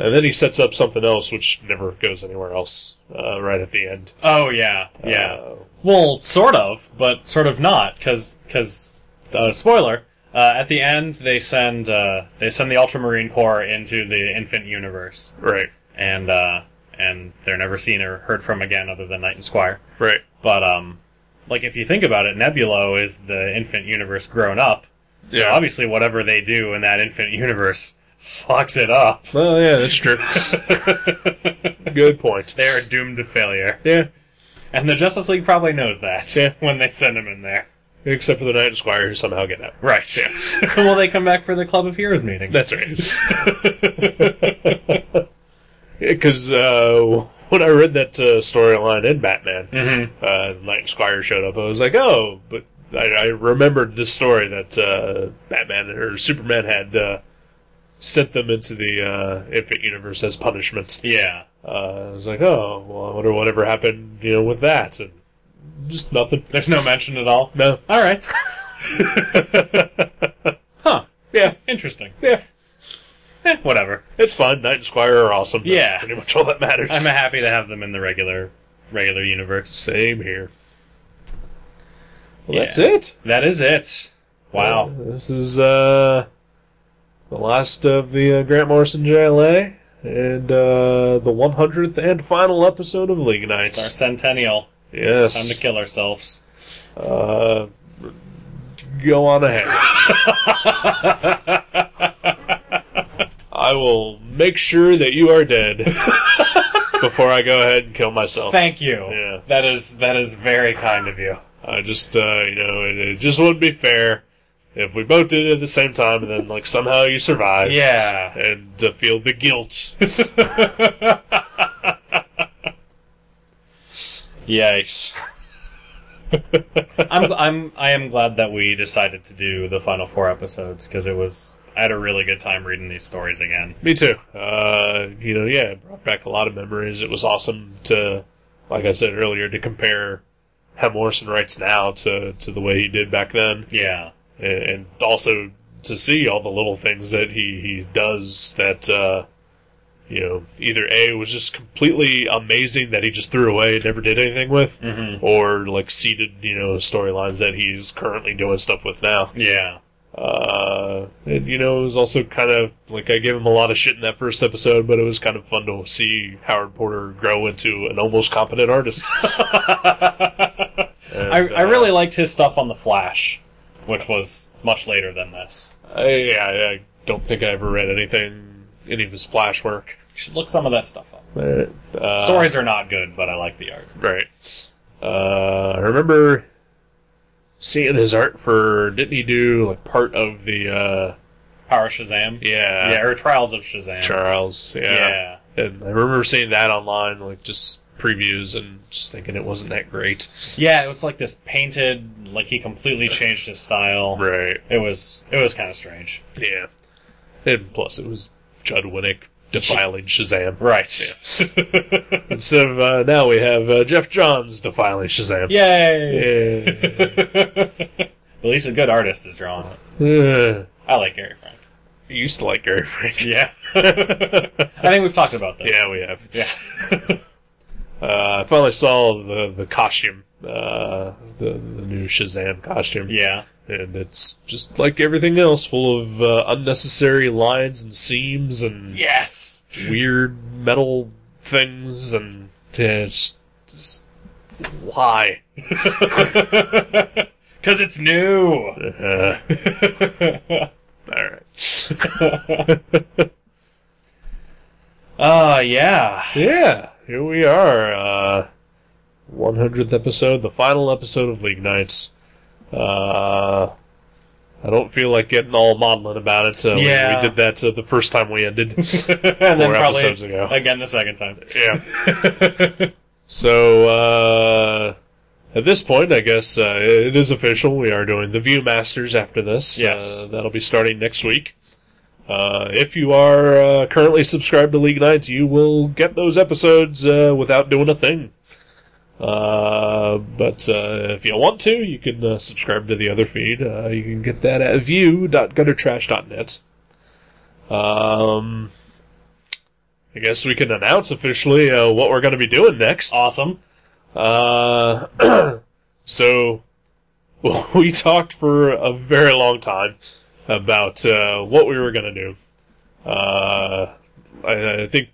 Speaker 2: and then he sets up something else, which never goes anywhere else. Uh, right at the end,
Speaker 3: Oh yeah. Yeah.
Speaker 2: Uh,
Speaker 3: well, sort of, but sort of not cuz cuz uh, spoiler, uh, at the end they send uh, they send the Ultramarine Corps into the infant universe
Speaker 2: right,
Speaker 3: and uh, and they're never seen or heard from again other than Knight and Squire.
Speaker 2: right,
Speaker 3: But um, like if you think about it, Nebulo is the infant universe grown up. So
Speaker 2: Yeah.
Speaker 3: obviously, whatever they do in that infant universe fucks it up.
Speaker 2: Well, yeah, that's true. Good point.
Speaker 3: They are doomed to failure,
Speaker 2: Yeah,
Speaker 3: and the Justice League probably knows that
Speaker 2: Yeah.
Speaker 3: when they send him in there.
Speaker 2: except for the Night Squire who somehow get out.
Speaker 3: Right. so will they come back for the Club of Heroes meeting?
Speaker 2: That's right. Because uh, when I read that uh, storyline in Batman,
Speaker 3: Mm-hmm.
Speaker 2: uh, Night Squire showed up. I was like, oh, but I, I remembered this story that uh, Batman or Superman had uh, sent them into the uh, infant universe as punishment.
Speaker 3: yeah.
Speaker 2: Uh, I was like, oh, well, I wonder whatever happened, you know, with that, and just nothing.
Speaker 3: There's no mention at all.
Speaker 2: No.
Speaker 3: All right. huh.
Speaker 2: Yeah,
Speaker 3: Interesting.
Speaker 2: yeah,
Speaker 3: Eh, whatever.
Speaker 2: it's fun. Night and Squire are awesome. That's
Speaker 3: Yeah.
Speaker 2: pretty much all that matters.
Speaker 3: I'm happy to have them in the regular regular universe.
Speaker 2: Same here. Well,
Speaker 3: Yeah.
Speaker 2: that's it.
Speaker 3: That is it. Wow.
Speaker 2: Uh, this is uh, the last of the uh, Grant Morrison JLA and uh, the 100th and final episode of League
Speaker 3: It's our
Speaker 2: Nights.
Speaker 3: centennial. Time to
Speaker 2: Yes.
Speaker 3: kill ourselves.
Speaker 2: Uh, go on ahead. I will make sure that you are dead before I go ahead and kill myself.
Speaker 3: Thank you.
Speaker 2: Yeah.
Speaker 3: That is that is very kind of you.
Speaker 2: I just, uh, you know, it, it just wouldn't be fair if we both did it at the same time and then, like, somehow you survive.
Speaker 3: Yeah.
Speaker 2: And to feel the guilt.
Speaker 3: Yikes. I'm I'm I am glad that we decided to do the final four episodes because it was I had a really good time reading these stories again.
Speaker 2: Me too. Uh, you know, yeah, it brought back a lot of memories. It was awesome to, like I said earlier, to compare how Morrison writes now to, to the way he did back then.
Speaker 3: Yeah.
Speaker 2: And, and also to see all the little things that he, he does that, uh, you know, either A was just completely amazing that he just threw away and never did anything with, or like seeded, you know, storylines that he's currently doing stuff with now.
Speaker 3: Yeah.
Speaker 2: Uh, and, you know, it was also kind of like I gave him a lot of shit in that first episode, but it was kind of fun to see Howard Porter grow into an almost competent artist. And,
Speaker 3: I, I
Speaker 2: uh,
Speaker 3: really liked his stuff on The Flash, which was much later than this.
Speaker 2: uh, I, yeah, I I don't think I ever read anything, any of his Flash work.
Speaker 3: Should look some of that stuff up.
Speaker 2: But, uh,
Speaker 3: Stories are not good, but I like the art.
Speaker 2: Right. Uh, I remember seeing his art for didn't he do like part of the uh
Speaker 3: Power Shazam.
Speaker 2: yeah,
Speaker 3: Yeah, or Trials of Shazam.
Speaker 2: Charles yeah.
Speaker 3: Yeah.
Speaker 2: and I remember seeing that online like just previews and just thinking it wasn't that great
Speaker 3: Yeah, it was like this painted, like he completely changed his style.
Speaker 2: right
Speaker 3: It was it was kind of strange.
Speaker 2: yeah and plus it was Judd Winnick defiling Shazam
Speaker 3: Right.
Speaker 2: instead of uh, now we have uh, Jeff Johns defiling Shazam
Speaker 3: Yay!
Speaker 2: yeah
Speaker 3: At least a good artist is drawn.
Speaker 2: Yeah.
Speaker 3: I like Gary Frank.
Speaker 2: I used to like Gary Frank
Speaker 3: Yeah. I think we've talked about this.
Speaker 2: yeah we have
Speaker 3: Yeah.
Speaker 2: Uh, I finally saw the the costume, uh, the the new Shazam costume.
Speaker 3: Yeah.
Speaker 2: and it's just like everything else, full of uh, unnecessary lines and seams and
Speaker 3: Yes.
Speaker 2: weird metal things and yeah, it's just why.
Speaker 3: Cause it's new.
Speaker 2: Uh, all right.
Speaker 3: Uh yeah.
Speaker 2: Yeah, here we are. Uh, 100th episode, the final episode of League Nights. Uh, I don't feel like getting all maudlin about it. So we-
Speaker 3: Yeah.
Speaker 2: we, did that uh, the first time we ended.
Speaker 3: and then
Speaker 2: Four
Speaker 3: probably
Speaker 2: episodes ago.
Speaker 3: again the second time.
Speaker 2: yeah. so uh, at this point, I guess uh, it is official. We are doing the Viewmasters after this.
Speaker 3: Yes.
Speaker 2: Uh, that'll be starting next week. Uh, if you are uh, currently subscribed to League Nights, you will get those episodes uh, without doing a thing. Uh, but uh, if you want to, you can uh, subscribe to the other feed. Uh, you can get that at view.guttertrash.net. Um, I guess we can announce officially uh, what we're going to be doing next.
Speaker 3: Awesome.
Speaker 2: Uh, so we talked for a very long time about uh, what we were gonna do. Uh, I, I think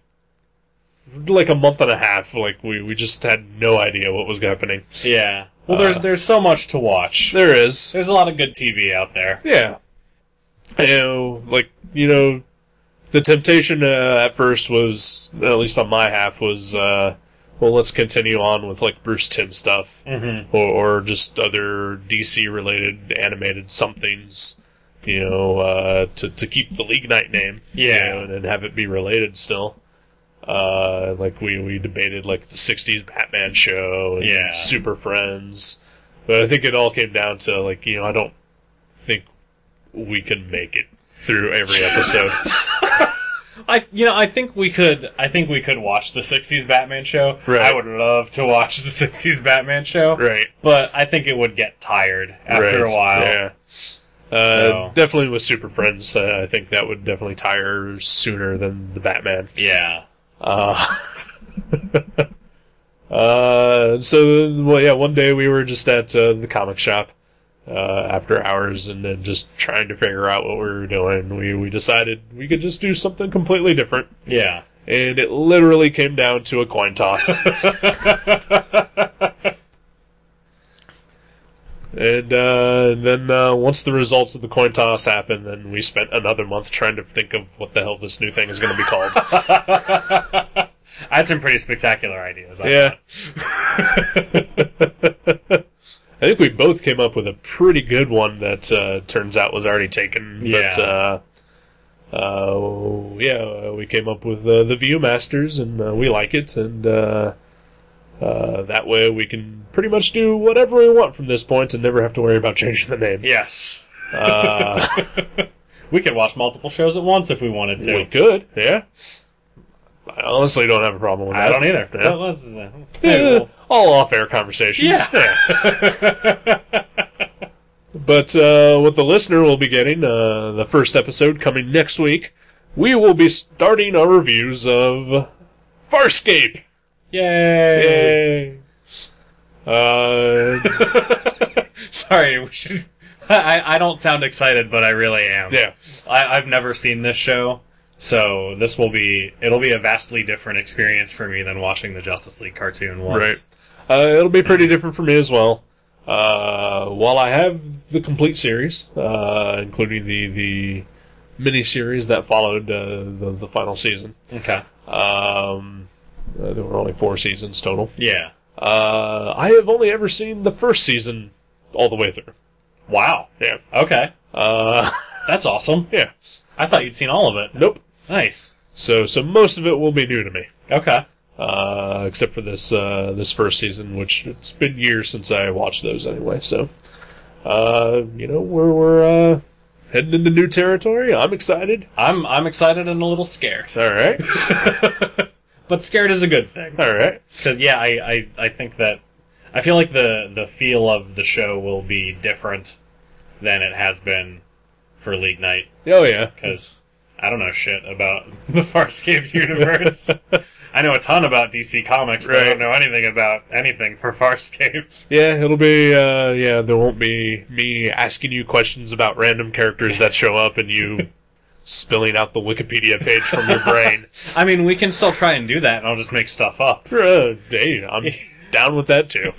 Speaker 2: like a month and a half. Like we, we just had no idea what was happening.
Speaker 3: Yeah. Well, there's there's so much to watch.
Speaker 2: There is.
Speaker 3: There's a lot of good TV out there.
Speaker 2: Yeah. You know, like, you know, the temptation uh, at first was, at least on my half, was, uh, well, let's continue on with, like, Bruce Tim stuff.
Speaker 3: Mm-hmm.
Speaker 2: Or, or just other DC related animated somethings, you know, uh, to, to keep the League Night name. you
Speaker 3: Yeah.
Speaker 2: know, and, and have it be related still. Uh, like, we, we debated, like, the 60s Batman show and
Speaker 3: Yeah.
Speaker 2: Super Friends. But I think it all came down to, like, you know, I don't think we can make it through every episode.
Speaker 3: I you know I think we could I think we could watch the '60s Batman show.
Speaker 2: Right.
Speaker 3: I would love to watch the '60s Batman show.
Speaker 2: right.
Speaker 3: But I think it would get tired after
Speaker 2: Right,
Speaker 3: a while.
Speaker 2: Yeah. Uh,
Speaker 3: So-
Speaker 2: Definitely with Super Friends, uh, I think that would definitely tire sooner than the Batman.
Speaker 3: Yeah.
Speaker 2: Uh, uh, so, well, yeah, one day we were just at uh, the comic shop uh, after hours and then just trying to figure out what we were doing. We, we decided we could just do something completely different.
Speaker 3: Yeah.
Speaker 2: And it literally came down to a coin toss. and uh, then uh, once the results of the coin toss happened, then we spent another month trying to think of what the hell this new thing is going to be called.
Speaker 3: I had some pretty spectacular ideas. I
Speaker 2: Yeah. I think we both came up with a pretty good one that uh, turns out was already taken. But,
Speaker 3: Yeah.
Speaker 2: uh, uh, yeah, we came up with uh, the Viewmasters, and uh, we like it, and uh, uh, that way we can pretty much do whatever we want from this point and never have to worry about changing the name.
Speaker 3: Yes.
Speaker 2: Uh,
Speaker 3: We could watch multiple shows at once if we wanted to.
Speaker 2: we could, yeah. I honestly don't have a problem with that.
Speaker 3: I don't either.
Speaker 2: Yeah.
Speaker 3: But let's, uh,
Speaker 2: Yeah,
Speaker 3: hey, well,
Speaker 2: all off-air conversations.
Speaker 3: Yeah.
Speaker 2: but uh, what the listener will be getting uh, the first episode coming next week, we will be starting our reviews of Farscape. Yay!
Speaker 3: Yay!
Speaker 2: Uh,
Speaker 3: Sorry, we should. I, I don't sound excited, but I really am.
Speaker 2: yeah,
Speaker 3: I, I've never seen this show, so this will be it'll be a vastly different experience for me than watching the Justice League cartoon was.
Speaker 2: right. Uh, it'll be pretty different for me as well. Uh, while I have the complete series, uh, including the the miniseries that followed uh, the the final season,
Speaker 3: Okay.
Speaker 2: Um, uh, there were only four seasons total.
Speaker 3: Yeah.
Speaker 2: Uh, I have only ever seen the first season all the way through. Ah,
Speaker 3: Wow.
Speaker 2: Yeah.
Speaker 3: Okay.
Speaker 2: Uh,
Speaker 3: That's awesome.
Speaker 2: yeah.
Speaker 3: I thought you'd seen all of it.
Speaker 2: Nope.
Speaker 3: Nice.
Speaker 2: So, so most of it will be new to me,
Speaker 3: Okay.
Speaker 2: uh, except for this uh, this first season, which it's been years since I watched those anyway. So, uh, you know, we're we're uh, heading into new territory. I'm excited.
Speaker 3: I'm I'm excited and a little scared,
Speaker 2: All right.
Speaker 3: but scared is a good thing.
Speaker 2: all right.
Speaker 3: Because yeah, I, I I think that I feel like the the feel of the show will be different than it has been for League Night.
Speaker 2: Oh yeah.
Speaker 3: because I don't know shit about the Farscape universe. I know a ton about DC Comics, but I
Speaker 2: Right.
Speaker 3: don't know anything about anything for Farscape.
Speaker 2: Yeah, it'll be uh yeah, there won't be me asking you questions about random characters that show up and you spilling out the Wikipedia page from your brain.
Speaker 3: I mean, we can still try and do that, and I'll just make stuff up.
Speaker 2: Uh, hey, I'm down with that too.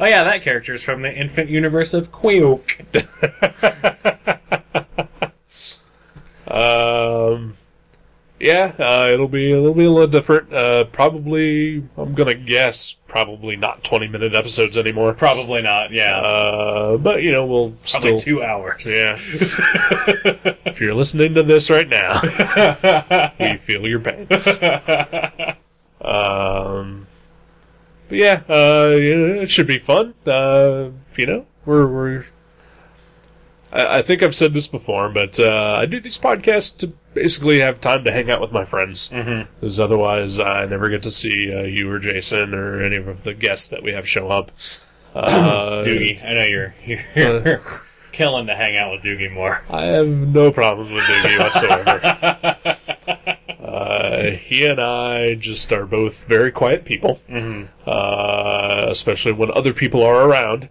Speaker 3: Oh yeah, that character is from the infant universe of Quilk.
Speaker 2: Um yeah, uh, it'll be it'll be a little different. Uh, probably, I'm gonna guess probably not 20 minute episodes anymore.
Speaker 3: Probably not. Yeah,
Speaker 2: Uh, but you know we'll
Speaker 3: probably
Speaker 2: still
Speaker 3: two hours.
Speaker 2: Yeah. if you're listening to this right now, we feel your pain. Um, but yeah, uh, yeah, it should be fun. Uh, you know, we're we're. I, I think I've said this before, but uh, I do these podcasts to basically have time to hang out with my friends, because otherwise I never get to see uh, you or Jason or any of the guests that we have show up. Uh,
Speaker 3: Doogie, I know you're you're killing to hang out with Doogie more.
Speaker 2: I have no problem with Biggie whatsoever. uh, he and I just are both very quiet people, uh, especially when other people are around.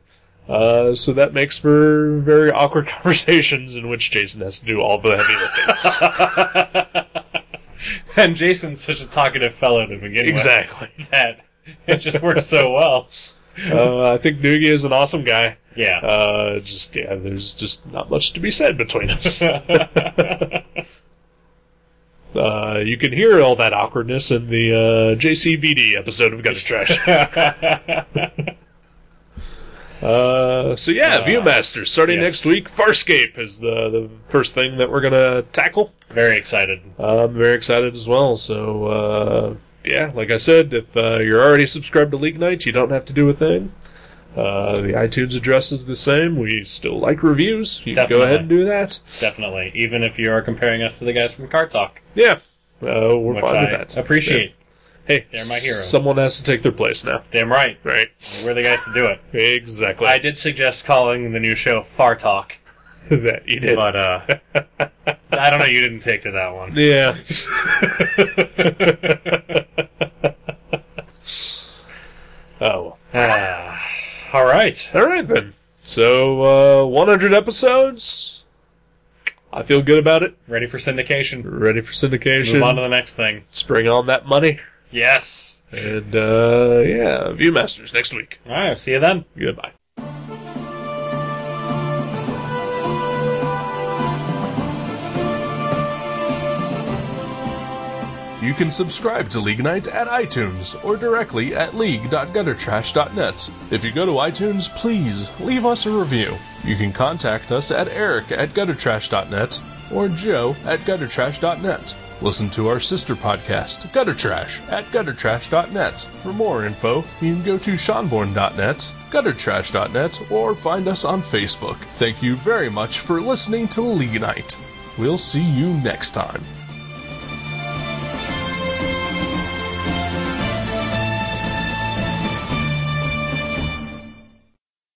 Speaker 2: Uh, so that makes for very awkward conversations in which Jason has to do all the heavy lifting.
Speaker 3: And Jason's such a talkative fellow to begin with.
Speaker 2: exactly.
Speaker 3: That it just works so well.
Speaker 2: Uh, I think Doogie is an awesome guy.
Speaker 3: Yeah.
Speaker 2: Uh, just yeah, there's just not much to be said between us. uh, you can hear all that awkwardness in the uh, JCBD episode of Gutter Trash. uh, so yeah, Viewmaster starting
Speaker 3: Ah, yes.
Speaker 2: next week. Farscape is the the first thing that we're gonna tackle.
Speaker 3: Very excited.
Speaker 2: Uh, I'm very excited as well. So, uh, yeah, like I said, if uh, you're already subscribed to League Night, you don't have to do a thing. Uh, the iTunes address is the same. We still like reviews. You can go
Speaker 3: Definitely.
Speaker 2: ahead and do that.
Speaker 3: Definitely. Even if you are comparing us to the guys from Car Talk,
Speaker 2: Yeah, uh, we're
Speaker 3: which
Speaker 2: fine
Speaker 3: I
Speaker 2: with that.
Speaker 3: appreciate.
Speaker 2: Yeah. Hey,
Speaker 3: They're my heroes.
Speaker 2: Someone has to take their place now.
Speaker 3: Damn right.
Speaker 2: Right.
Speaker 3: We're the guys to do it.
Speaker 2: Exactly.
Speaker 3: I did suggest calling the new show Far Talk,
Speaker 2: that you did.
Speaker 3: but uh, I don't know. You didn't take to that one.
Speaker 2: Yeah. oh.
Speaker 3: Ah, all right.
Speaker 2: All right then. So uh, 100 episodes. I feel good about it.
Speaker 3: Ready for syndication?
Speaker 2: Ready for syndication.
Speaker 3: Move on to the next thing.
Speaker 2: Spring on that money.
Speaker 3: Yes.
Speaker 2: And uh, yeah, Viewmasters next week.
Speaker 3: All right. See you then.
Speaker 2: Goodbye.
Speaker 5: You can subscribe to League Night at iTunes or directly at league.guttertrash.net. If you go to iTunes, please leave us a review. You can contact us at eric at guttertrash.net or joe at guttertrash.net. Listen to our sister podcast, Gutter Trash, at guttertrash.net. For more info, you can go to seanborn.net, guttertrash.net, or find us on Facebook. Thank you very much for listening to League Night. We'll see you next time.